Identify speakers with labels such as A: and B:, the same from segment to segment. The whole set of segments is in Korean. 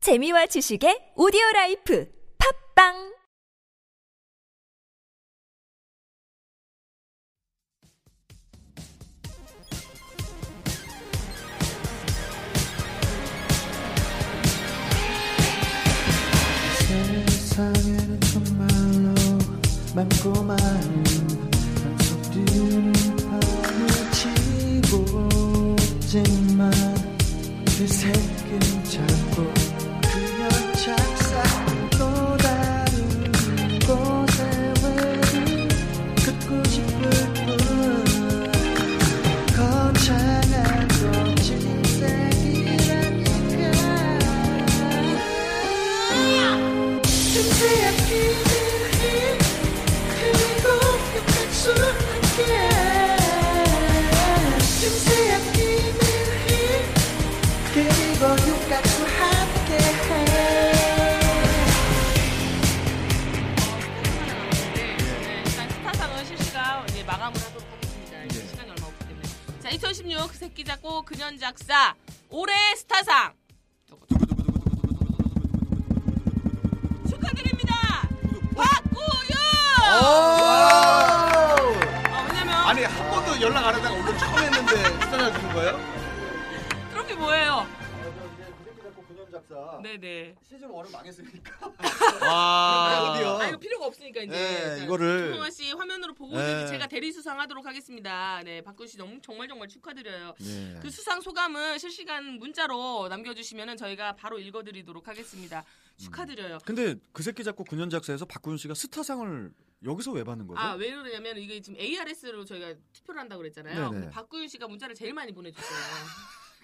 A: 재미와 지식의 오디오 라이프 팝빵
B: 세상에는 정말로 맘고만 약속들은 파묻히고 있지만 그 새끼는 자꾸 그녀 착상 또 다른 곳에 외를 듣고 싶을 뿐 거창한 거친 인생이라니까 진지한 기대해 그리고 약속할게 진지한 기대해 그리고 약속할게
C: 네, 일단 스타상은 실시간 이제 마감을 하도록 하겠습니다. 이제
D: 네.
C: 시간이 얼마 없기 때문에. 자, 2016 새끼 작고 근현 작사 올해 스타상 축하드립니다. 박구윤. 어, 왜냐면
D: 아니 한 번도 연락 안 하다가 오늘 처음 했는데 찾아주는 거예요?
C: 트로피 뭐예요?
E: 근현 작사
C: 네네.
E: 시즌 1은 망했으니까
D: 와
C: 아, 이거 필요가 없으니까 이제.
D: 네,
C: 자,
D: 이거를.
C: 송동환 씨 화면으로 보고
D: 네.
C: 이제 제가 대리 수상하도록 하겠습니다. 네, 박구윤 씨 너무 정말 정말 축하드려요.
D: 네.
C: 그 수상 소감은 실시간 문자로 남겨주시면 저희가 바로 읽어드리도록 하겠습니다. 축하드려요.
F: 근데 그 새끼 잡고 9년 작사에서 박구윤 씨가 스타상을 여기서 왜 받는 거죠?
C: 아, 왜 그러냐면 이게 지금 ARS로 저희가 투표를 한다고 그랬잖아요.
F: 네네.
C: 근데 박구윤 씨가 문자를 제일 많이 보내줬어요.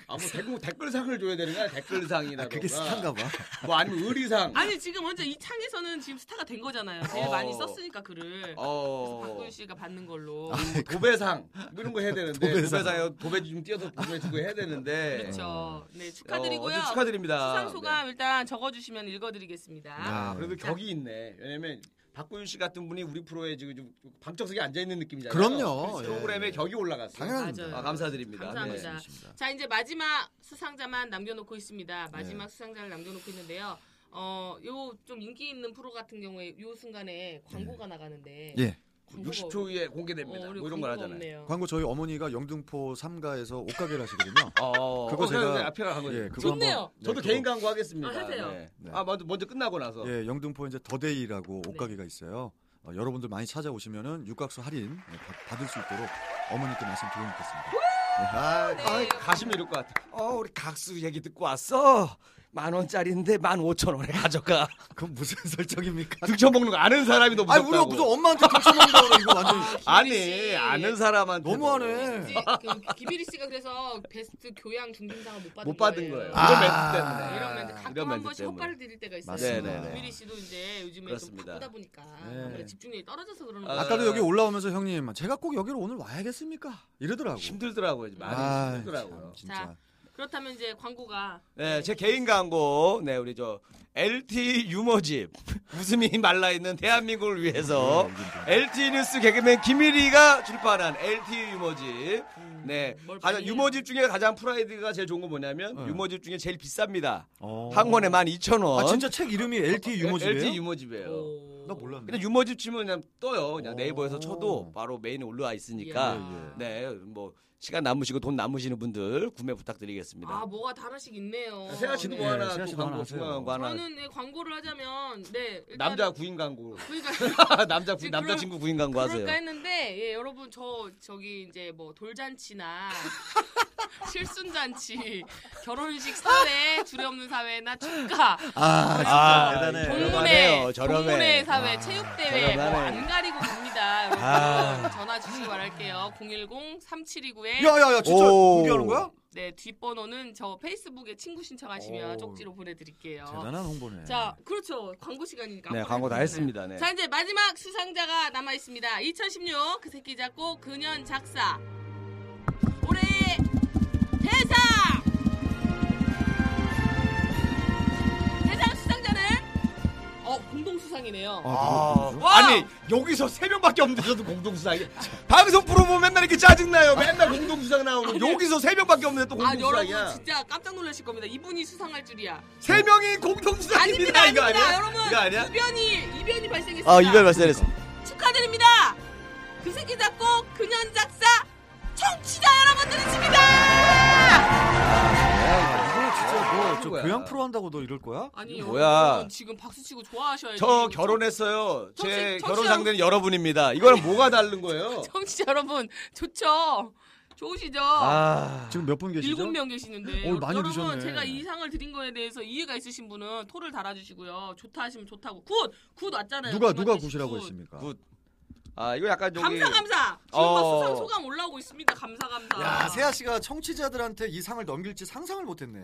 D: 아뭐 댓글, 댓글상을 줘야 되는 거야 댓글상이나
F: 아, 그게 스타인가 봐.
D: 뭐 아니면 의리상
C: 아니, 지금 먼저 이 창에서는 지금 스타가 된 거잖아요. 제일
D: 어.
C: 많이 썼으니까 글을. 그래서
D: 어 아,
C: 박구윤 씨가 받는 걸로.
D: 도배상 뭐 이런 거 해야 되는데
F: 도배상.
D: 도배상 도배 좀 뛰어서 도배주고 해야 되는데
C: 그렇죠. 네,
D: 어,
C: 축하드리고요.
D: 어쨌든 축하드립니다 네.
C: 수상 소감 일단 적어주시면 읽어드리겠습니다.
F: 네.
D: 아, 그래도 격이 있네 왜냐면 박구윤 씨 같은 분이 우리 프로에 지금 좀 방청석에 앉아 있는 느낌이잖아요.
F: 그럼요.
D: 그래서 프로그램에
F: 예.
D: 격이 올라갔어.
F: 당연합니다.
C: 맞아요.
D: 아, 감사드립니다.
C: 감사합니다.
D: 네.
C: 자 이제 마지막 수상자만 남겨놓고 있습니다. 마지막
D: 네.
C: 수상자를 남겨놓고 있는데요. 어, 요 좀 인기 있는 프로 같은 경우에 요 순간에 광고가 나가는데
F: 예.
C: 광고가
D: 네. 60초 후에 공개됩니다.
C: 어,
D: 뭐 이런 걸
C: 광고가
D: 하잖아요.
C: 없네요.
F: 광고 저희 어머니가 영등포 3가에서 옷가게를 하시거든요.
D: 어,
F: 그거
D: 어,
F: 제가-
D: 그래서 앞이랑 한 거죠.
F: 예, 그거
C: 좋네요.
F: 한번 네,
D: 저도
F: 그거.
D: 개인 광고 하겠습니다.
C: 아, 하세요.
D: 네.
F: 네.
D: 아 먼저 먼저 끝나고 나서.
F: 예, 영등포 이제 더데이라고
C: 네.
F: 옷가게가 있어요. 어, 여러분들 많이 찾아오시면은 육각수 할인 예, 받- 받을 수 있도록 어머니께 말씀드리겠습니다. 예.
D: 아, 아, 가시면 이럴 것 같아. 어 우리 각수 얘기 듣고 왔어. 만 원짜리인데 만 오천 원에 가져가.
F: 그건 무슨 설정입니까?
D: 등쳐먹는 거 아는 사람이 더
F: 아,
D: 무섭다고.
F: 우리가 무슨 엄마한테 도쳐먹는다 그래 이거 완전
D: 아니 아는 사람한테
F: 너무하네.
C: 그 기비리 씨가 그래서 베스트 교양 중등상을 못 받은
D: 못 받은
C: 거예요.
D: 거예요.
C: 뭐
F: 아.
D: 이런 멘트 때문에.
C: 이런 멘트 가끔
D: 이런
C: 한
D: 멘트
C: 번씩
D: 때문에.
C: 효과를 드릴 때가 있어요.
F: 맞습니다.
D: 네네네.
C: 기비리 씨도 이제 요즘에 좀
D: 그렇습니다.
C: 바쁘다 보니까
F: 네.
C: 아무래도 집중력이 떨어져서 그러는
D: 아,
C: 거예요.
F: 아까도 여기 올라오면서 형님 제가 꼭 여기로 오늘 와야겠습니까? 이러더라고.
D: 힘들더라고요. 많이
F: 아,
D: 힘들더라고요.
F: 참, 진짜.
C: 그렇다면 이제 광고가
D: 네, 제 개인 광고. 네, 우리 저 LT 유머집 웃음이 말라 있는 대한민국을 위해서 LT 뉴스 개그맨 김일희가 출판한 LT 유머집.
F: 음,
D: 네,
C: 뭘
D: 가장
C: 빨리
D: 유머집 중에 가장 프라이드가 제일 좋은 건 뭐냐면
F: 네.
D: 유머집 중에 제일 비쌉니다.
F: 어.
D: 한 권에 12,000원.
F: 아 진짜 책 이름이
C: 어,
F: LT 유머집이에요? 어.
D: LT 유머집이에요.
C: 오.
F: 나 몰랐네.
D: 근데 유머집 치면 그냥 떠요. 그냥
F: 오.
D: 네이버에서 쳐도 바로 메인에 올라와 있으니까.
C: 이야.
F: 예,
D: 네, 뭐 시간 남으시고 돈 남으시는 분들 구매 부탁드리겠습니다.
C: 아 뭐가 다 하나씩 있네요.
D: 세아 씨도
C: 네.
D: 뭐 하나,
F: 네, 세아
D: 또
F: 씨도
D: 광고
F: 하나
D: 중간
F: 하세요.
D: 광고 하나.
C: 저는 네, 광고를 하자면 네 일단-
D: 남자 구인 광고.
C: 그러니까
D: 남자 구,
C: 지금
D: 남자 친구 구인 광고 하세요.
C: 그럴까 했는데 예, 여러분 저 저기 이제 뭐 돌잔치나 실순잔치 결혼식 사회 두려움는 사회나 축가
F: 아,
D: 아,
F: 대단해.
C: 동문회
D: 저렴하네요,
C: 동문회
D: 저렴해. 아,
C: 사회 체육대회
D: 저렴하네.
C: 뭐 안 가리고 갑니다 여러분
D: 아.
C: 전화 주시기 바랄게요 010 3729에
F: 야야야 진짜
D: 오.
F: 공개하는 거야?
C: 네 뒷번호는 저 페이스북에 친구 신청하시면
F: 오.
C: 쪽지로 보내드릴게요
F: 대단한 홍보네.
C: 자, 그렇죠. 광고 시간이니까.
D: 네,
C: 아무거나
D: 광고 다
C: 해도
D: 했습니다.
C: 되잖아요.
D: 네.
C: 자, 이제 마지막 수상자가 남아 있습니다. 2016 그 새끼 작고 근현 작사 올해 대상 대상 수상자는 어 공동 수상이에요. 명이네요.
D: 아,
F: 누구죠?
D: 아니 여기서 세 명밖에 없는데 저도 공동수상. 방송 프로 보면 맨날 이렇게 짜증 나요. 맨날 공동수상 나오는. 여기서 세 명밖에 없는데 또
C: 아 여러분
D: 공동수상이야.
C: 진짜 깜짝 놀라실 겁니다. 이분이 수상할 줄이야.
D: 세 명이 공동수상입니다.
C: 아닙니다,
D: 이거
C: 아닙니다,
D: 아니야?
C: 여러분.
D: 이거 아니야?
C: 이변이 이변이 발생했습니다.
D: 아 이별 발생했어.
C: 축하드립니다. 그 새끼 잡고 그년 작사 청취자 여러분들이십니다.
F: 이거 아, 진짜
D: 하는
F: 뭐저
D: 거야?
F: 교양 프로 한다고 너 이럴 거야?
C: 아, 아니
D: 뭐야?
C: 여러분 지금 박수 치고 좋아하셔야지.
D: 저 결혼했어요. 제
C: 정신-
D: 결혼
C: 정신-
D: 상대는 여러분입니다. 이거랑 뭐가 다른 거예요?
C: 청취자 여러분 좋죠. 좋으시죠?
D: 아
F: 지금 몇 분 계시죠?
C: 일곱 명 계시는데
F: 어, 많이
C: 여러분
F: 드셨네.
C: 제가 이 상을 드린 거에 대해서 이해가 있으신 분은 토를 달아주시고요 좋다 하시면 좋다고 굿! 굿 왔잖아요
F: 누가 누가
C: 김한태 뭐, 씨
F: 굿이라고
C: 굿.
F: 했습니까?
D: 굿. 아 이거 약간 저기
C: 감사 감사 지금
D: 어.
C: 막 수상 소감 올라오고 있습니다 감사 감사
F: 야 세아 씨가 청취자들한테 이 상을 넘길지 상상을 못했네.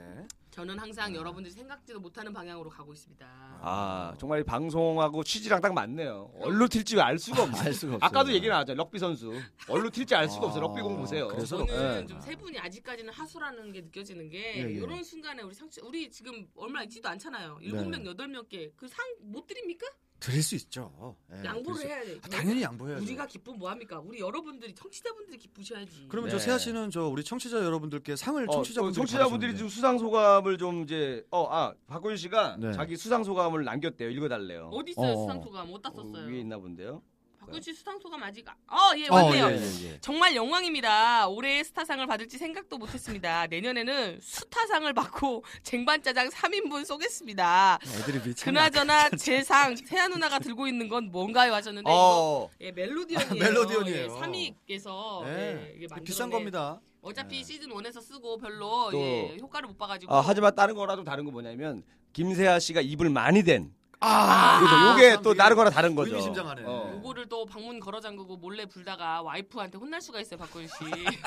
C: 저는 항상 여러분들이 생각지도 못하는 방향으로 가고 있습니다
D: 아 정말 이 방송하고 취지랑 딱 맞네요. 얼로 튈지 알 수가 없어요.
F: 알 수가 없어요. 아,
D: 아까도 얘기 나왔죠. 럭비 선수. 얼로 튈지 알 수가 없어요. 럭비 공 보세요.
F: 그래서-
C: 저는
D: 예.
C: 좀 세 분이 아직까지는 하수라는 게 느껴지는 게
F: 예, 예.
C: 이런 순간에 우리 상치 우리 지금 얼마 있지도 않잖아요 일곱
F: 네.
C: 명 여덟 명께 그 상 못 드립니까
F: 드릴 수 있죠. 예, 드릴
C: 양보를
F: 수-
C: 해야 돼
F: 아, 당연히 양보해야죠.
C: 우리가 기쁘면 뭐합니까 우리 여러분들이 청취자분들이 기쁘셔야지
F: 그러면
D: 네.
F: 저 세아 씨는 저 우리 청취자 여러분들께 상을
D: 어,
F: 네. 청취자분들이
D: 청취자분들이
F: 받으셨는데.
D: 지금 수상 소감을 좀 이제 어아 박고윤 씨가
F: 네.
D: 자기 수상 소감을 남겼대요. 읽어달래요.
C: 어디 있어요
F: 어.
C: 수상 소감 어디다
D: 어,
C: 썼어요?
D: 위에 있나 본데요.
C: 박군 씨 수상 소감 아직 어예
F: 어,
C: 왔네요.
F: 예, 예, 예.
C: 정말 영광입니다. 올해의 스타상을 받을지 생각도 못했습니다. 내년에는 수타상을 받고 쟁반짜장 3인분 쏘겠습니다.
F: 애들이 미친.
C: 그나저나 제 상 세아 누나가 들고 있는 건 뭔가요 하셨는데 이거
D: 어
C: 예, 멜로디언이에요.
F: 아, 멜로디언이에요.
C: 예, 3위께서
F: 예,
C: 이게 만들어낸-
F: 비싼 겁니다.
C: 어차피
F: 예.
C: 시즌 1에서 쓰고 별로
D: 또-
C: 예, 효과를 못 봐가지고
D: 아, 하지만 다른 거랑 좀 다른 거 뭐냐면 김세아 씨가 입을 많이 댄.
F: 아,
D: 그죠? 요게 또 다른 거랑 다른 거죠.
F: 의미심장하네.
D: 어.
C: 요거를 또 방문 걸어 잠그고 몰래 불다가 와이프한테 혼날 수가 있어요 박군 씨.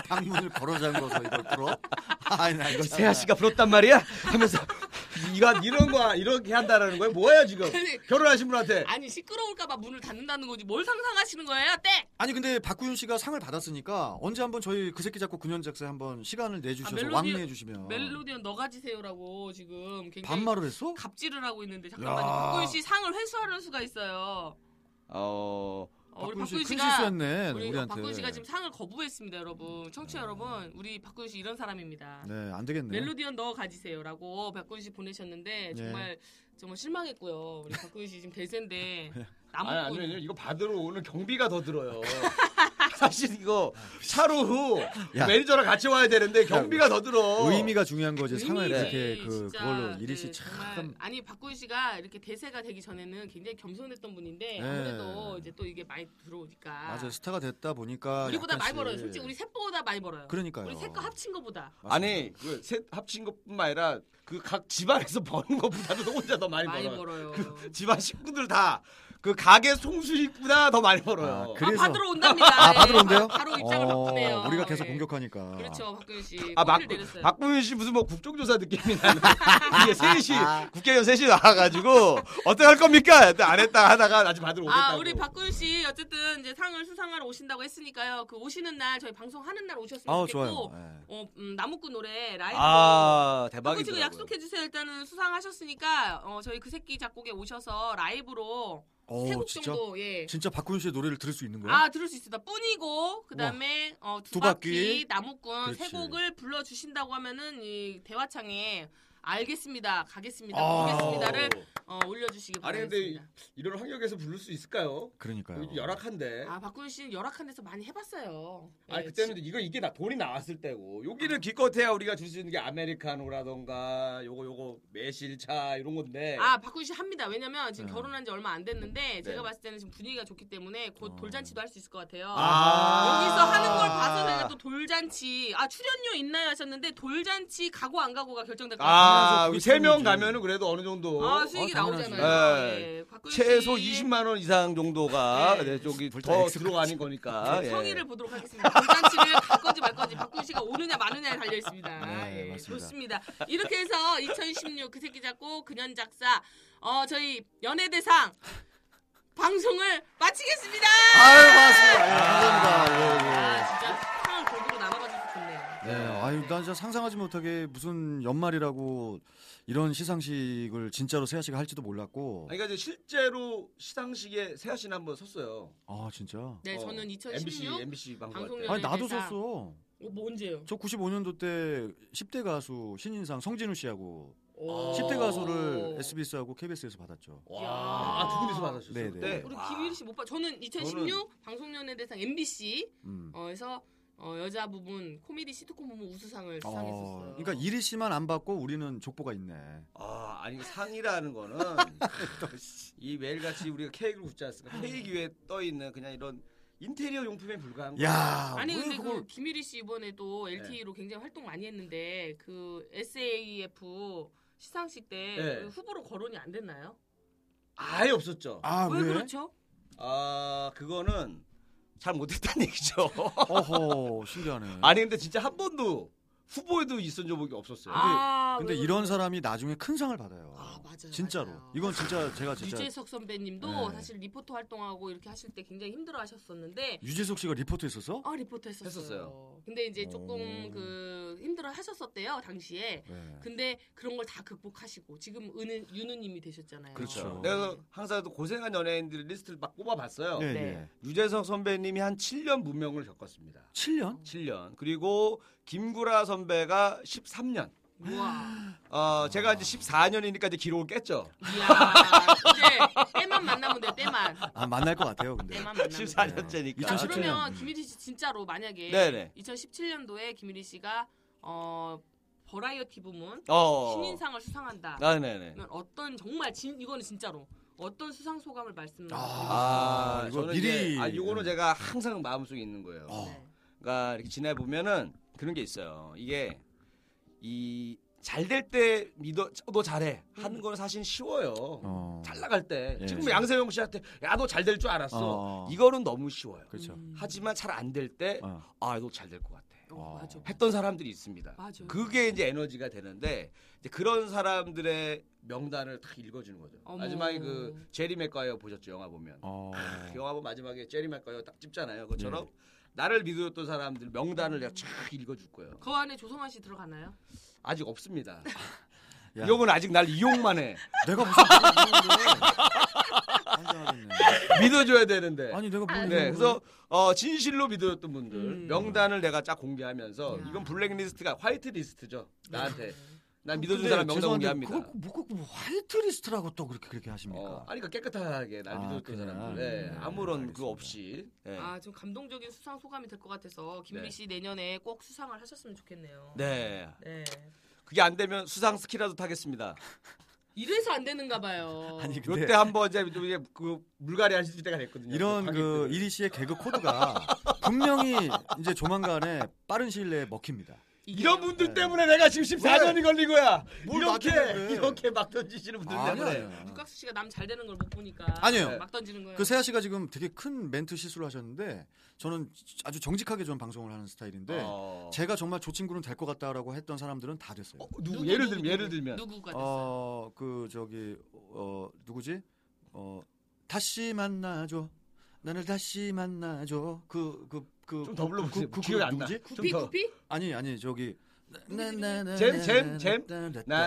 F: 방문을 걸어 잠궈서 이걸 풀어. 아니 나 이거
D: 세아 씨가 불렀단 말이야? 하면서 이가 이런 거 이렇게 한다라는 거야? 뭐야 지금?
C: 아니,
D: 결혼하신 분한테
C: 아니 시끄러울까봐 문을 닫는다는 거지 뭘 상상하시는 거예요? 땡!
F: 아니 근데 박구윤 씨가 상을 받았으니까 언제 한번 저희 그 새끼 잡고 근현 작사 한번 시간을
C: 아,
F: 내주셔서
C: 멜로디-
F: 왕래해 주시면
C: 멜로디언 너 가지세요라고 지금 굉장히
F: 어. 반말을 했어?
C: 갑질을 하고 있는데
F: 야.
C: 잠깐만요. 박구윤 씨 상을 회수하는 수가 있어요.
D: 어
C: 어, 우리
F: 박구윤 씨
C: 박구윤
F: 큰
C: 씨가
F: 실수했네
C: 우리 어,
F: 우리 한테 음.
C: 박구윤 씨가 지금 상을 거부했습니다, 여러분. 청취자 여러분, 우리 박구윤 씨 이런 사람입니다.
F: 네안 되겠네.
C: 멜로디언 너 가지세요라고 박구윤 씨 보내셨는데
F: 네.
C: 정말 정말 실망했고요. 우리 박구윤 씨 지금 대세인데
F: 네.
D: 아니 아니
C: 남은
D: 아니,
C: 분
D: 이거 받으러 오는 경비가 더 들어요. 사실 이거 차로 후
F: 야.
D: 매니저랑 같이 와야 되는데 경비가 더 들어.
F: 의미가 중요한 거지 상을
C: 의미지,
F: 이렇게 그
C: 진짜.
F: 그걸로 이리 씨
C: 네,
F: 참.
C: 정말. 아니 박구윤 씨가 이렇게 대세가 되기 전에는 굉장히 겸손했던 분인데
F: 네.
C: 아무래도 이제 또 이게 많이 들어오니까
F: 맞아요 스타가 됐다 보니까
C: 우리보다 많이
F: 약간씩-
C: 벌어요. 솔직히 우리 셋보다 많이 벌어요.
F: 그러니까요.
C: 우리 셋과 합친 거보다
F: 맞습니다.
D: 아니 그 셋 합친 것뿐만 아니라 그 각 집안에서 버는 것보다도 혼자 더 많이
C: 많이
D: 벌어요.
C: 벌어요.
D: 집안 식구들 다 그 가게 송수식보다 더 많이 벌어요.
F: 아,
D: 아,
F: 그- 그래서-
C: 아 받으러 온답니다.
F: 아
C: 예,
F: 받으러 온대요?
C: 바로 입장을
F: 어,
C: 바꾸네요.
F: 우리가 계속
C: 예.
F: 공격하니까.
C: 그렇죠, 박근 씨.
D: 아, 박,
C: 꼬리를 내렸어요.
D: 박구윤 씨 무슨 뭐 국정조사 느낌이 나는 이게 셋이
F: 아.
D: 국회의원 셋이 나와가지고 어떻게 할 겁니까? 안 했다 하다가 나중 받으러 오겠다고.
C: 아, 우리 박군 씨 어쨌든 이제 상을 수상하러 오신다고 했으니까요. 그 오시는 날 저희 방송 하는 날 오셨으면
F: 아우
C: 좋겠고,
F: 좋아요. 예.
C: 어, 음, 나무꾼 노래 라이브.
D: 아
C: 박군
D: 대박이죠.
C: 씨가 약속해 주세요. 일단은 수상하셨으니까 어, 저희 그 새끼 작곡에 오셔서 라이브로 세
F: 오
C: 곡
F: 어, 진짜
C: 정도 예
F: 진짜 박구윤 씨의 노래를 들을 수 있는 거야?
C: 아 들을 수 있습니다. 뿐이고 그다음에 어, 두,
F: 두
C: 바퀴,
F: 바퀴.
C: 나무꾼 세
F: 그렇지.
C: 곡을 불러 주신다고 하면은 이 대화창에 알겠습니다. 가겠습니다.
F: 아.
C: 보겠습니다를 어, 올려주시기
D: 아니, 근데
C: 바라겠습니다.
D: 이런 환경에서 부를 수 있을까요?
F: 그러니까요.
D: 열악한데.
C: 아 박군 씨는 열악한 데서 많이 해봤어요.
D: 네. 아니
C: 예,
D: 그때는 이거 이게 나 돈이 나왔을 때고 여기를 기껏해야 우리가 줄 수 있는 게 아메리카노라던가 요거 요거 매실차 이런 건데
C: 아 박군 씨 합니다. 왜냐면 지금
F: 네.
C: 결혼한 지 얼마 안 됐는데
D: 네.
C: 제가 봤을 때는 지금 분위기가 좋기 때문에
D: 아.
C: 곧 돌잔치도 할 수 있을 것 같아요. 여기서 하는 걸 봐서 저희가 또 돌잔치 아 출연료 있나요 하셨는데 돌잔치 가고 안 가고가 결정될 것 같아요.
D: 아,
F: 그게
D: 세 명
F: 재미지.
D: 가면은 그래도 어느 정도
C: 아 수익이
F: 어, 당연하지.
C: 나오잖아요.
D: 예.
C: 예. 박군
D: 최소
C: 씨.
D: 20만 원 이상 정도가
C: 네.
D: 네, 저기
F: 불타
D: 더
F: 엑스까지.
D: 들어가는
F: 아,
D: 거니까. 예.
C: 성의를 보도록 하겠습니다. 돌잔치를 갈 건지 말 건지 박군 씨가 오느냐 마느냐에 달려 있습니다.
F: 네,
C: 예,
F: 맞습니다.
C: 좋습니다. 이렇게 해서 2016 그 새끼 잡고 그년 작사 어 저희 연예대상 방송을 마치겠습니다.
F: 아유 고맙습니다. 예, 감사합니다. 예, 예.
C: 아 진짜 상을 골고루 나눠가지고 좋네요.
F: 네, 네. 아유, 난 진짜 상상하지 못하게 무슨 연말이라고 이런 시상식을 진짜로 세아 씨가 할지도 몰랐고.
D: 그러니까 이제 실제로 시상식에 세아 씨는 한번 섰어요.
F: 아, 진짜.
C: 네,
D: 어,
C: 저는
D: MBC
C: 2016
D: MBC 방송 할 때.
C: 방송연예
F: 아니, 나도
C: 대상.
F: 썼어.
C: 어, 뭐 언제요?
F: 저 95년도 때 10대 가수 신인상 성진우 씨하고
C: 오.
F: 10대 아, 가수를
C: 어.
F: SBS하고 KBS에서 받았죠.
D: 와, 아, 두 분이서 받으셨어요.
F: 네, 네.
D: 그때?
C: 우리
D: 와.
C: 김유리 씨 못 봐. 저는 2016 방송연예 대상 MBC
F: 음.
C: 어에서 어, 여자 부분 코미디 시트콤 부분 우수상을 수상했었어요. 어.
F: 어, 그러니까 이리 씨만 안 받고 우리는 족보가 있네.
D: 아, 아니 상이라는 거는 이 매일같이 우리가 케이크를 굽지 않습니까?
C: 음.
D: 케이크 위에 떠 있는 그냥 이런 인테리어 용품에 불과한 거.
F: 야,
C: 아니
F: 왜
C: 근데
F: 그걸
C: 그 김유리 씨 이번에도 LTE로 굉장히 활동 많이 했는데 그 SAF 시상식 때
D: 네.
C: 그 후보로 거론이 안 됐나요?
D: 아예 없었죠.
F: 아,
C: 왜
F: 왜?
C: 그렇죠?
D: 아, 그거는 잘 못했다는 얘기죠.
F: 어허, 신기하네.
D: 아니 근데 진짜 한 번도 후보에도 있은 적이 없었어요.
C: 아,
F: 근데
C: 왜
F: 이런
C: 그렇죠?
F: 사람이 나중에 큰 상을 받아요.
C: 아, 맞아요,
F: 진짜로.
C: 맞아요.
F: 이건 진짜 제가 진짜
C: 유재석 선배님도
F: 네.
C: 사실 리포터 활동하고 이렇게 하실 때 굉장히 힘들어하셨었는데
F: 유재석 씨가 리포트 했었어?
C: 아 리포터 했었어요.
D: 했었어요.
C: 근데 이제
F: 오.
C: 조금 그 힘들어 하셨었대요 당시에.
F: 네.
C: 근데 그런 걸 다 극복하시고 지금 은은 유느님이 되셨잖아요.
F: 그렇죠.
D: 내가 항상 또 고생한 연예인들 리스트를 막 뽑아봤어요.
F: 예,
C: 네.
F: 예.
D: 유재석 선배님이 한 7년 문명을 겪었습니다.
F: 7년?
D: 7년. 그리고 김구라 선배가 13년.
C: 우와.
D: 어, 제가 이제 14년이니까 이제 기록을 깼죠.
C: 이야. 이제 때만 만나면 돼요. 때만.
F: 아, 만날 것 같아요, 근데.
C: 때만 만나면 돼요.
D: 아, 14년째니까.
C: 자,
F: 2017 년.
C: 그러면 김일희 씨 진짜로 만약에
D: 네. 네네.
C: 2017년도에 김일희 씨가 어 버라이어티 부문
D: 어.
C: 신인상을 수상한다.
D: 아, 네네.
C: 그러면 어떤 정말 진 이거는 진짜로 어떤 수상 소감을 말씀을
F: 아, 이거
D: 저는
F: 미리. 음.
D: 이제, 아, 이거는 제가 항상 마음속에 있는 거예요.
F: 어.
C: 네.
D: 그러니까 이렇게 지내 보면은 그런 게 있어요. 이게 이 잘 될 때 믿어 너 잘해
C: 음.
D: 하는 거는 사실 쉬워요.
F: 어.
D: 잘 나갈 때
F: 예.
D: 지금 양세형 씨한테 야 너 잘 될 줄 알았어.
F: 어.
D: 이거는 너무 쉬워요.
F: 그렇죠.
C: 음.
D: 하지만 잘 안 될 때 아
F: 어.
D: 너 잘 될 것 같아.
C: 어,
F: 아.
C: 맞아.
D: 했던 사람들이 있습니다.
C: 맞아요.
D: 그게 이제 에너지가 되는데 이제 그런 사람들의 명단을 딱 읽어주는 거죠.
C: 어머.
D: 마지막에 그 제리 맥과이어 보셨죠 영화 보면.
F: 어.
D: 그 영화 보면 마지막에 제리 맥과이어 딱 찝잖아요. 그처럼
F: 네.
D: 나를 믿어줬던 사람들 명단을 내가 쫙 읽어줄 거예요.
C: 그 안에 조성환 씨 들어가나요?
D: 아직 없습니다.
F: 야,
D: 이용은 아직 날 이용만 해.
F: 내가 무슨 환장하겠네.
D: 믿어줘야 되는데.
F: 아니, 내가 뭘
D: 네,
F: 이런
D: 그래서 어, 진실로 믿어줬던 분들
C: 음.
D: 명단을 내가 쫙 공개하면서
C: 야.
D: 이건 블랙리스트가 화이트리스트죠 나한테 난
F: 걸-
D: 믿어준
F: 그 근데
D: 사람 명단
F: 죄송한데
D: 공개합니다.
F: 그걸 뭐, 꼭 뭐, 화이트리스트라고 또 그렇게 그렇게 하십니까?
D: 어, 아니 그러니까 깨끗하게 날
F: 아,
D: 믿어줬던
F: 그냥.
D: 사람들 예,
F: 네,
D: 아무런
F: 알겠습니다.
D: 그거 없이 예.
C: 아, 좀 감동적인 수상 소감이 될 것 같아서 김일희
D: 네.
C: 씨 내년에 꼭 수상을 하셨으면 좋겠네요.
D: 네
C: 네.
D: 그게 안 되면 수상 스키라도 타겠습니다.
C: 이래서 안 되는가 봐요.
F: 아니, 근데
D: 요때 한번 이제 또 이게 그 물갈이 하실 네, 때가 됐거든요.
F: 네. 이런
D: 관객들.
F: 그 이리 씨의 개그 코드가 분명히 이제 조만간에 빠른 시일 내에 먹힙니다.
C: 이게-
D: 이런 분들 때문에 내가 지금 14년이 걸린 거야.
F: 네. 뭘
D: 이렇게
F: 나한테 그래.
D: 이렇게 막 던지시는 분들
F: 아니, 네.
D: 때문에.
F: 아니에요.
C: 육각수 씨가 남 잘 되는 걸 못 보니까
F: 아니에요.
C: 막 던지는
D: 네.
C: 거예요.
F: 그 세아 씨가 지금 되게 큰 멘트 실수를 하셨는데 저는 아주 정직하게 저는 방송을 하는 스타일인데
D: 어.
F: 네. 제가 정말 저 친구는 될 것 같다라고 했던 사람들은 다 됐어요.
D: 어, 누구, 예를 들면 예를 들면
C: 누구가 됐어요?
F: 어, 그 저기 어 누구지? 어 다시 만나줘. 나를 다시 만나줘. 그
D: 좀
F: 그그좀더
D: 더 불러보세요. 기억이 안 나.
C: 구피
D: 더.
C: 구피?
F: 아니 아니 저기 네,
D: 잼, 잼, 잼.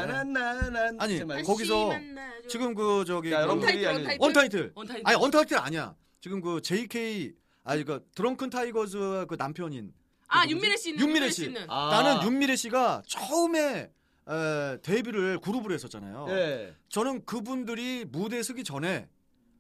D: 나나나나
F: 아니,
D: 이렇게 말고.
F: 거- 거기서
C: 다시 만나줘.
F: 네, 지금 그 저기
D: 자, 여러분.
C: 원타이틀
D: 아니,
C: 원타이틀
F: 원타이틀.
C: 원타이틀.
F: 아니 어, 언타이틀 아니야. 지금 그 JK 아니 그 드렁큰 타이거즈 그 남편인
C: 아
F: 누구지?
C: 윤미래 씨는
F: 윤미래 씨.
C: 는
D: 아.
F: 나는 윤미래 씨가 처음에 에, 데뷔를 그룹으로 했었잖아요.
D: 예.
F: 저는 그분들이 무대에 서기 전에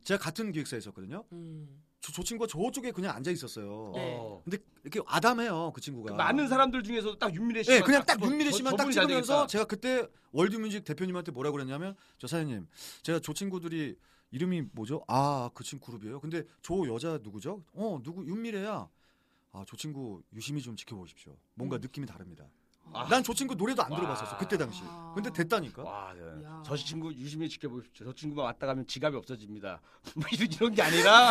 F: 제가 같은 기획사에 있었거든요.
C: 음.
F: 저, 저 친구가 저쪽에 그냥 앉아 있었어요.
C: 네.
D: 어.
F: 근데 이렇게 아담해요 그 친구가.
D: 그 많은 사람들 중에서도 딱 윤미래 씨.
F: 예, 그냥 딱 윤미래 씨만 딱 찍으면서
D: 제...
F: 제가 그때 월드뮤직 대표님한테 뭐라고 그랬냐면 저 사장님 제가 저 친구들이 이름이 뭐죠? 아, 그 친구 그룹이에요. 근데 저 여자 누구죠? 어, 누구 윤미래야. 아, 저 친구 유심히 좀 지켜보십시오. 뭔가 느낌이 다릅니다.
D: 음. 아.
F: 난 저 친구 노래도 안
D: 와.
F: 들어봤었어 그때 당시.
C: 아.
F: 근데 됐다니까.
D: 와, 네.
C: 야.
D: 저 친구 유심히 지켜보십시오. 저 친구만 왔다 가면 지갑이 없어집니다. 뭐 이런, 이런 게 아니라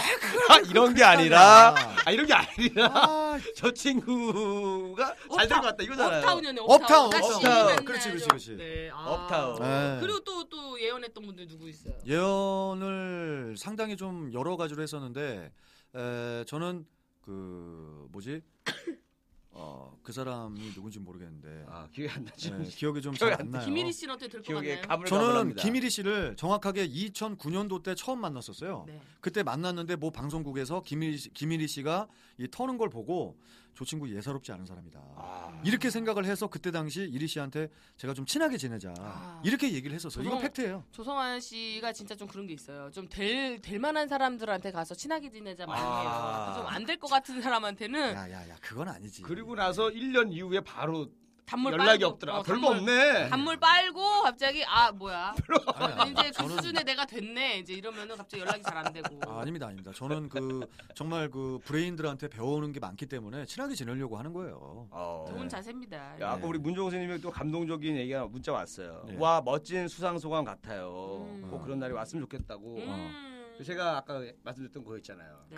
D: 아, 이런 게 아니라 아, 이런 게 아니라
F: 아,
D: 저 친구가 잘 될 것 같다 이거잖아요.
C: 업타운이네
F: 업타운,
C: 업타운. 다시
D: 업타운.
C: 만나줘.
F: 그렇지, 그렇지, 그렇지.
C: 네. 아.
D: 업타운.
F: 네.
C: 그리고 또 또 예언했던 분들 누구 있어요?
F: 예언을 상당히 좀 여러 가지로 했었는데 에, 저는 그 뭐지 어, 그 사람이 누군지 모르겠는데
D: 아, 기억이 안 나죠.
F: 네, 기억이 좀 잘
D: 기억이
F: 안 나요.
C: 김일희 씨는 어떻게 될 것
D: 기억에
C: 같나요?
F: 저는
D: 가물가물합니다.
F: 김일희 씨를 정확하게 2009년도 때 처음 만났었어요.
C: 네.
F: 그때 만났는데 뭐 방송국에서 김일희, 씨- 김일희 씨가 이 터는 걸 보고 저 친구 예사롭지 않은 사람이다.
D: 아,
F: 이렇게 생각을 해서 그때 당시 이리 씨한테 제가 좀 친하게 지내자
C: 아.
F: 이렇게 얘기를 했었어요. 이건
C: 조성-
F: 팩트예요.
C: 조성환 씨가 진짜 좀 그런 게 있어요. 좀 될 될 만한 사람들한테 가서 친하게 지내자 많이 해요.
D: 아.
C: 좀 안 될 것 같은 사람한테는
F: 야야야 그건 아니지.
D: 그리고 나서 1년 이후에 바로
C: 단물
D: 연락이
C: 빨고,
D: 없더라. 아,
C: 어,
D: 별거
C: 단물-
D: 없네.
C: 단물 빨고 갑자기 아 뭐야
F: 아니,
C: 아,
F: 아니,
C: 이제 그
F: 저는-
C: 수준에 내가 됐네 이제 이러면은 갑자기 연락이 잘 안 되고
F: 아, 아닙니다, 아닙니다. 저는 그 정말 그 브레인들한테 배우는 게 많기 때문에 친하게 지내려고 하는 거예요.
D: 어.
C: 좋은 자세입니다.
D: 야, 아까
F: 네.
D: 우리 문종호 선생님이 또 감동적인 얘기가 문자 왔어요.
F: 네.
D: 와 멋진 수상 소감 같아요.
C: 음.
D: 꼭 그런 날이 왔으면
F: 어.
D: 좋겠다고. 어. 그
C: 음.
F: 그
D: 제가 아까 말씀드렸던 거 있잖아요.
C: 네.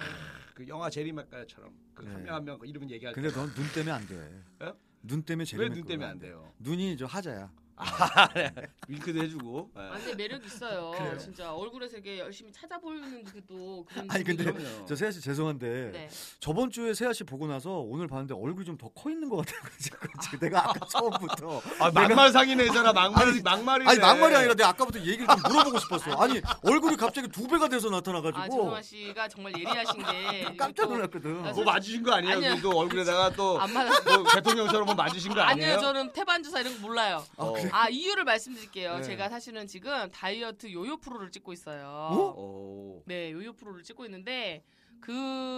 D: 그 영화 제리마카처럼 그 한
F: 네.
D: 명 한 명 이름은 얘기할
F: 근데 넌 눈 때문에 안 돼.
D: 에?
F: 눈 때문에 제일
D: 때왜눈 때문에 안 돼요?
F: 눈이 저 하자야.
D: 윙크도 해주고. 예.
C: 아, 근데 매력 있어요. 진짜 얼굴에서 이게 열심히 찾아보는 그도 그런
F: 아니, 근데-
C: 느낌이
D: 그럼요.
F: 저 세아 씨 죄송한데
C: 있어요. 네.
F: 저번 주에 세아 씨 보고 나서 오늘 봤는데 얼굴이 좀 더 커 있는 것 같아요. 지금 내가 아까 처음부터
D: 아, 막말상이네, 이 사람. 막말이, 막말이네.
F: 아니 막말이 아니라 내가 아까부터 얘기를 좀 물어보고 싶었어. 아니 얼굴이 갑자기 두 배가 돼서
C: 아
F: 나타나가지고
C: 조성환 씨가 정말 예리하신 게
F: 깜짝
C: 또-
F: 놀랐거든.
D: 뭐 맞으신 거 아니에요?
C: 아니요.
D: 그래도 얼굴에다가 또,
C: 안 맞았어요.
D: 뭐 대통령처럼 뭐 맞으신 거 아니에요?
C: 아니요, 저는 태반 주사 이런 거 몰라요.
D: 어.
C: 아 이유를 말씀드릴게요.
F: 네.
C: 제가 사실은 지금 다이어트 요요 프로를 찍고 있어요.
D: 오.
C: 네, 요요 프로를 찍고 있는데 그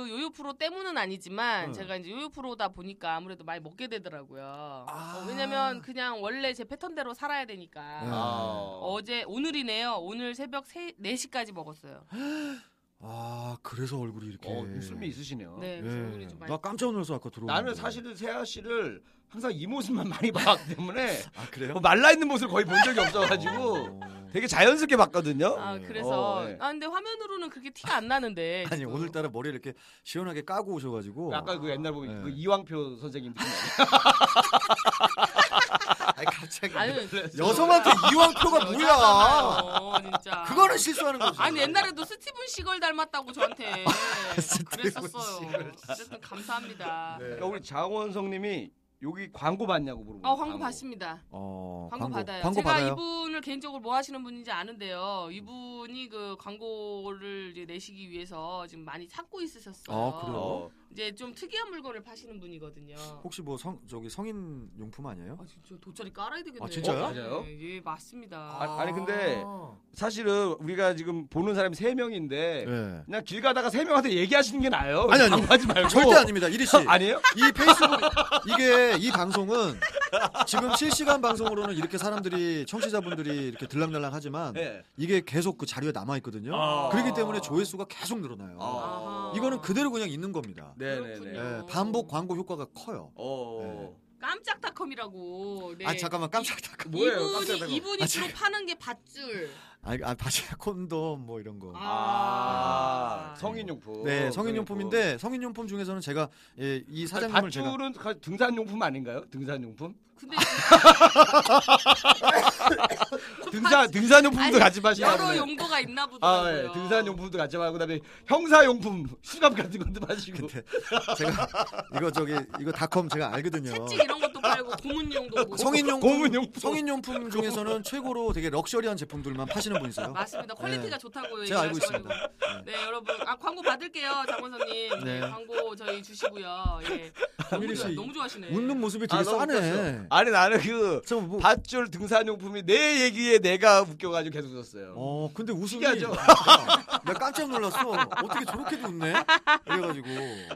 C: 요요 프로 때문은 아니지만
F: 네.
C: 제가 이제 요요 프로다 보니까 아무래도 많이 먹게 되더라고요.
F: 아.
C: 어, 왜냐면 그냥 원래 제 패턴대로 살아야 되니까.
F: 네.
D: 아.
C: 어제 오늘이네요. 오늘 새벽 3, 4시까지 먹었어요.
F: 아 그래서 얼굴이 이렇게.
D: 어, 웃음이 있으시네요.
C: 네, 그래서
F: 예.
C: 얼굴이 좀 많이
F: 나 깜짝 놀라서 아까 들어오.
D: 나는 사실은 세아 씨를 항상 이 모습만 많이 봤기 때문에
F: 아 그래요?
D: 뭐 말라 있는 모습을 거의 본 적이 없어가지고
F: 어.
D: 되게 자연스럽게 봤거든요.
C: 아,
F: 네.
C: 그래서
D: 어, 네.
C: 아 근데 화면으로는 그게 티가 안 나는데.
F: 아니
C: 지금.
F: 오늘따라 머리 이렇게 시원하게 까고 오셔가지고.
D: 아까 그 옛날 보면
F: 네.
D: 그 이왕표 선생님 느낌
F: 아니, 갑자기
C: 아니
F: 여성한테 이왕표가 뭐야?
C: 여자잖아요, 진짜.
F: 그거는 실수하는 거지.
C: 아니 옛날에도 스티븐 시걸 닮았다고 저한테 막 그랬었어요. 어쨌든 감사합니다.
F: 네.
D: 야, 그러니까 우리 장원성님이 여기 광고 봤냐고 물어보고.
C: 아 광고 받습니다.
F: 어,
C: 광고, 받아요.
F: 광고
C: 제가
F: 받아요.
C: 이분을 개인적으로 뭐 하시는 분인지 아는데요. 이분이 그 광고를 이제 내시기 위해서 지금 많이 찾고 있으셨어요.
F: 아, 그래요?
D: 어.
C: 이제 좀 특이한 물건을 파시는 분이거든요.
F: 혹시 뭐 성, 저기 성인 용품 아니에요?
C: 아 진짜 돗자리 깔아야 되겠네요.
F: 아, 진짜요?
D: 어, 맞아요?
C: 네, 예 맞습니다.
D: 아, 아니, 근데 사실은 우리가 지금 보는 사람이 세 명인데
F: 네.
D: 그냥 길 가다가 세 명한테 얘기하시는 게 나아요.
F: 아니, 아니.
D: 광고하지 말고.
C: 뭐-
F: 절대 아닙니다, 이리 씨.
D: 아니에요?
F: 이 페이스북 이게 이 방송은 지금 실시간 방송으로는 이렇게 사람들이 청취자분들이 이렇게 들락날락하지만
D: 네.
F: 이게 계속 그 자료에 남아 있거든요.
D: 아.
F: 그렇기 때문에 조회수가 계속 늘어나요.
D: 아.
F: 이거는 그대로 그냥 있는 겁니다.
D: 네네네.
C: 그렇군요.
F: 예, 반복 광고 효과가 커요.
D: 어.
F: 네.
C: 깜짝닷컴이라고. 네.
F: 아 잠깐만 깜짝 잠깐.
D: 뭐예요, 깜짝닷컴?
C: 이분이 이분이
F: 아,
C: 주로 파는 게 밧줄.
F: 아니 아 다시 콘돔 뭐 이런
C: 아,
F: 거.
D: 아,
C: 어,
D: 성인용품.
F: 네 성인용품인데 성인용품 중에서는 제가 예,
C: 아,
F: 이 사장님을 제가
D: 밧줄은 가- 등산용품 아닌가요? 등산용품?
C: 근데
D: 등산 등산용품도
C: 아니,
D: 같이 마시나요?
C: 여러 용도가 있나
D: 네. 아,
C: 보더라고요.
D: 예. 등산용품도 같이 마시고 그다음에 형사용품 수갑 같은 것도 마시고.
F: 근데 제가 이거 저기 이거 닷컴 제가 알거든요.
C: 채찍 이런 것도 팔고 고문용도 뭐.
F: 성인용품,
D: 고문용품.
F: 성인용품 중에서는 최고로 되게 럭셔리한 제품들만 파시는 분이세요.
C: 맞습니다. 퀄리티가
F: 네.
C: 좋다고
F: 제가 알고
C: 얘기하셔가지고.
F: 있습니다.
C: 네 여러분 아 광고 받을게요 장원선님 네.
F: 네.
C: 광고 저희 주시고요 예 너무,
F: 미리
C: 좋아,
F: 씨
C: 너무 좋아하시네
F: 웃는 모습이 되게
D: 너무
F: 싸네.
D: 웃겼어. 아니 나는 그
F: 좀 뭐,
D: 밧줄 등산용품이 내 얘기에 내가 웃겨가지고 계속 썼어요.
F: 어, 근데 웃음이
D: 신기하죠?
F: 나 깜짝 놀랐어. 어떻게 저렇게도 웃네? 그래가지고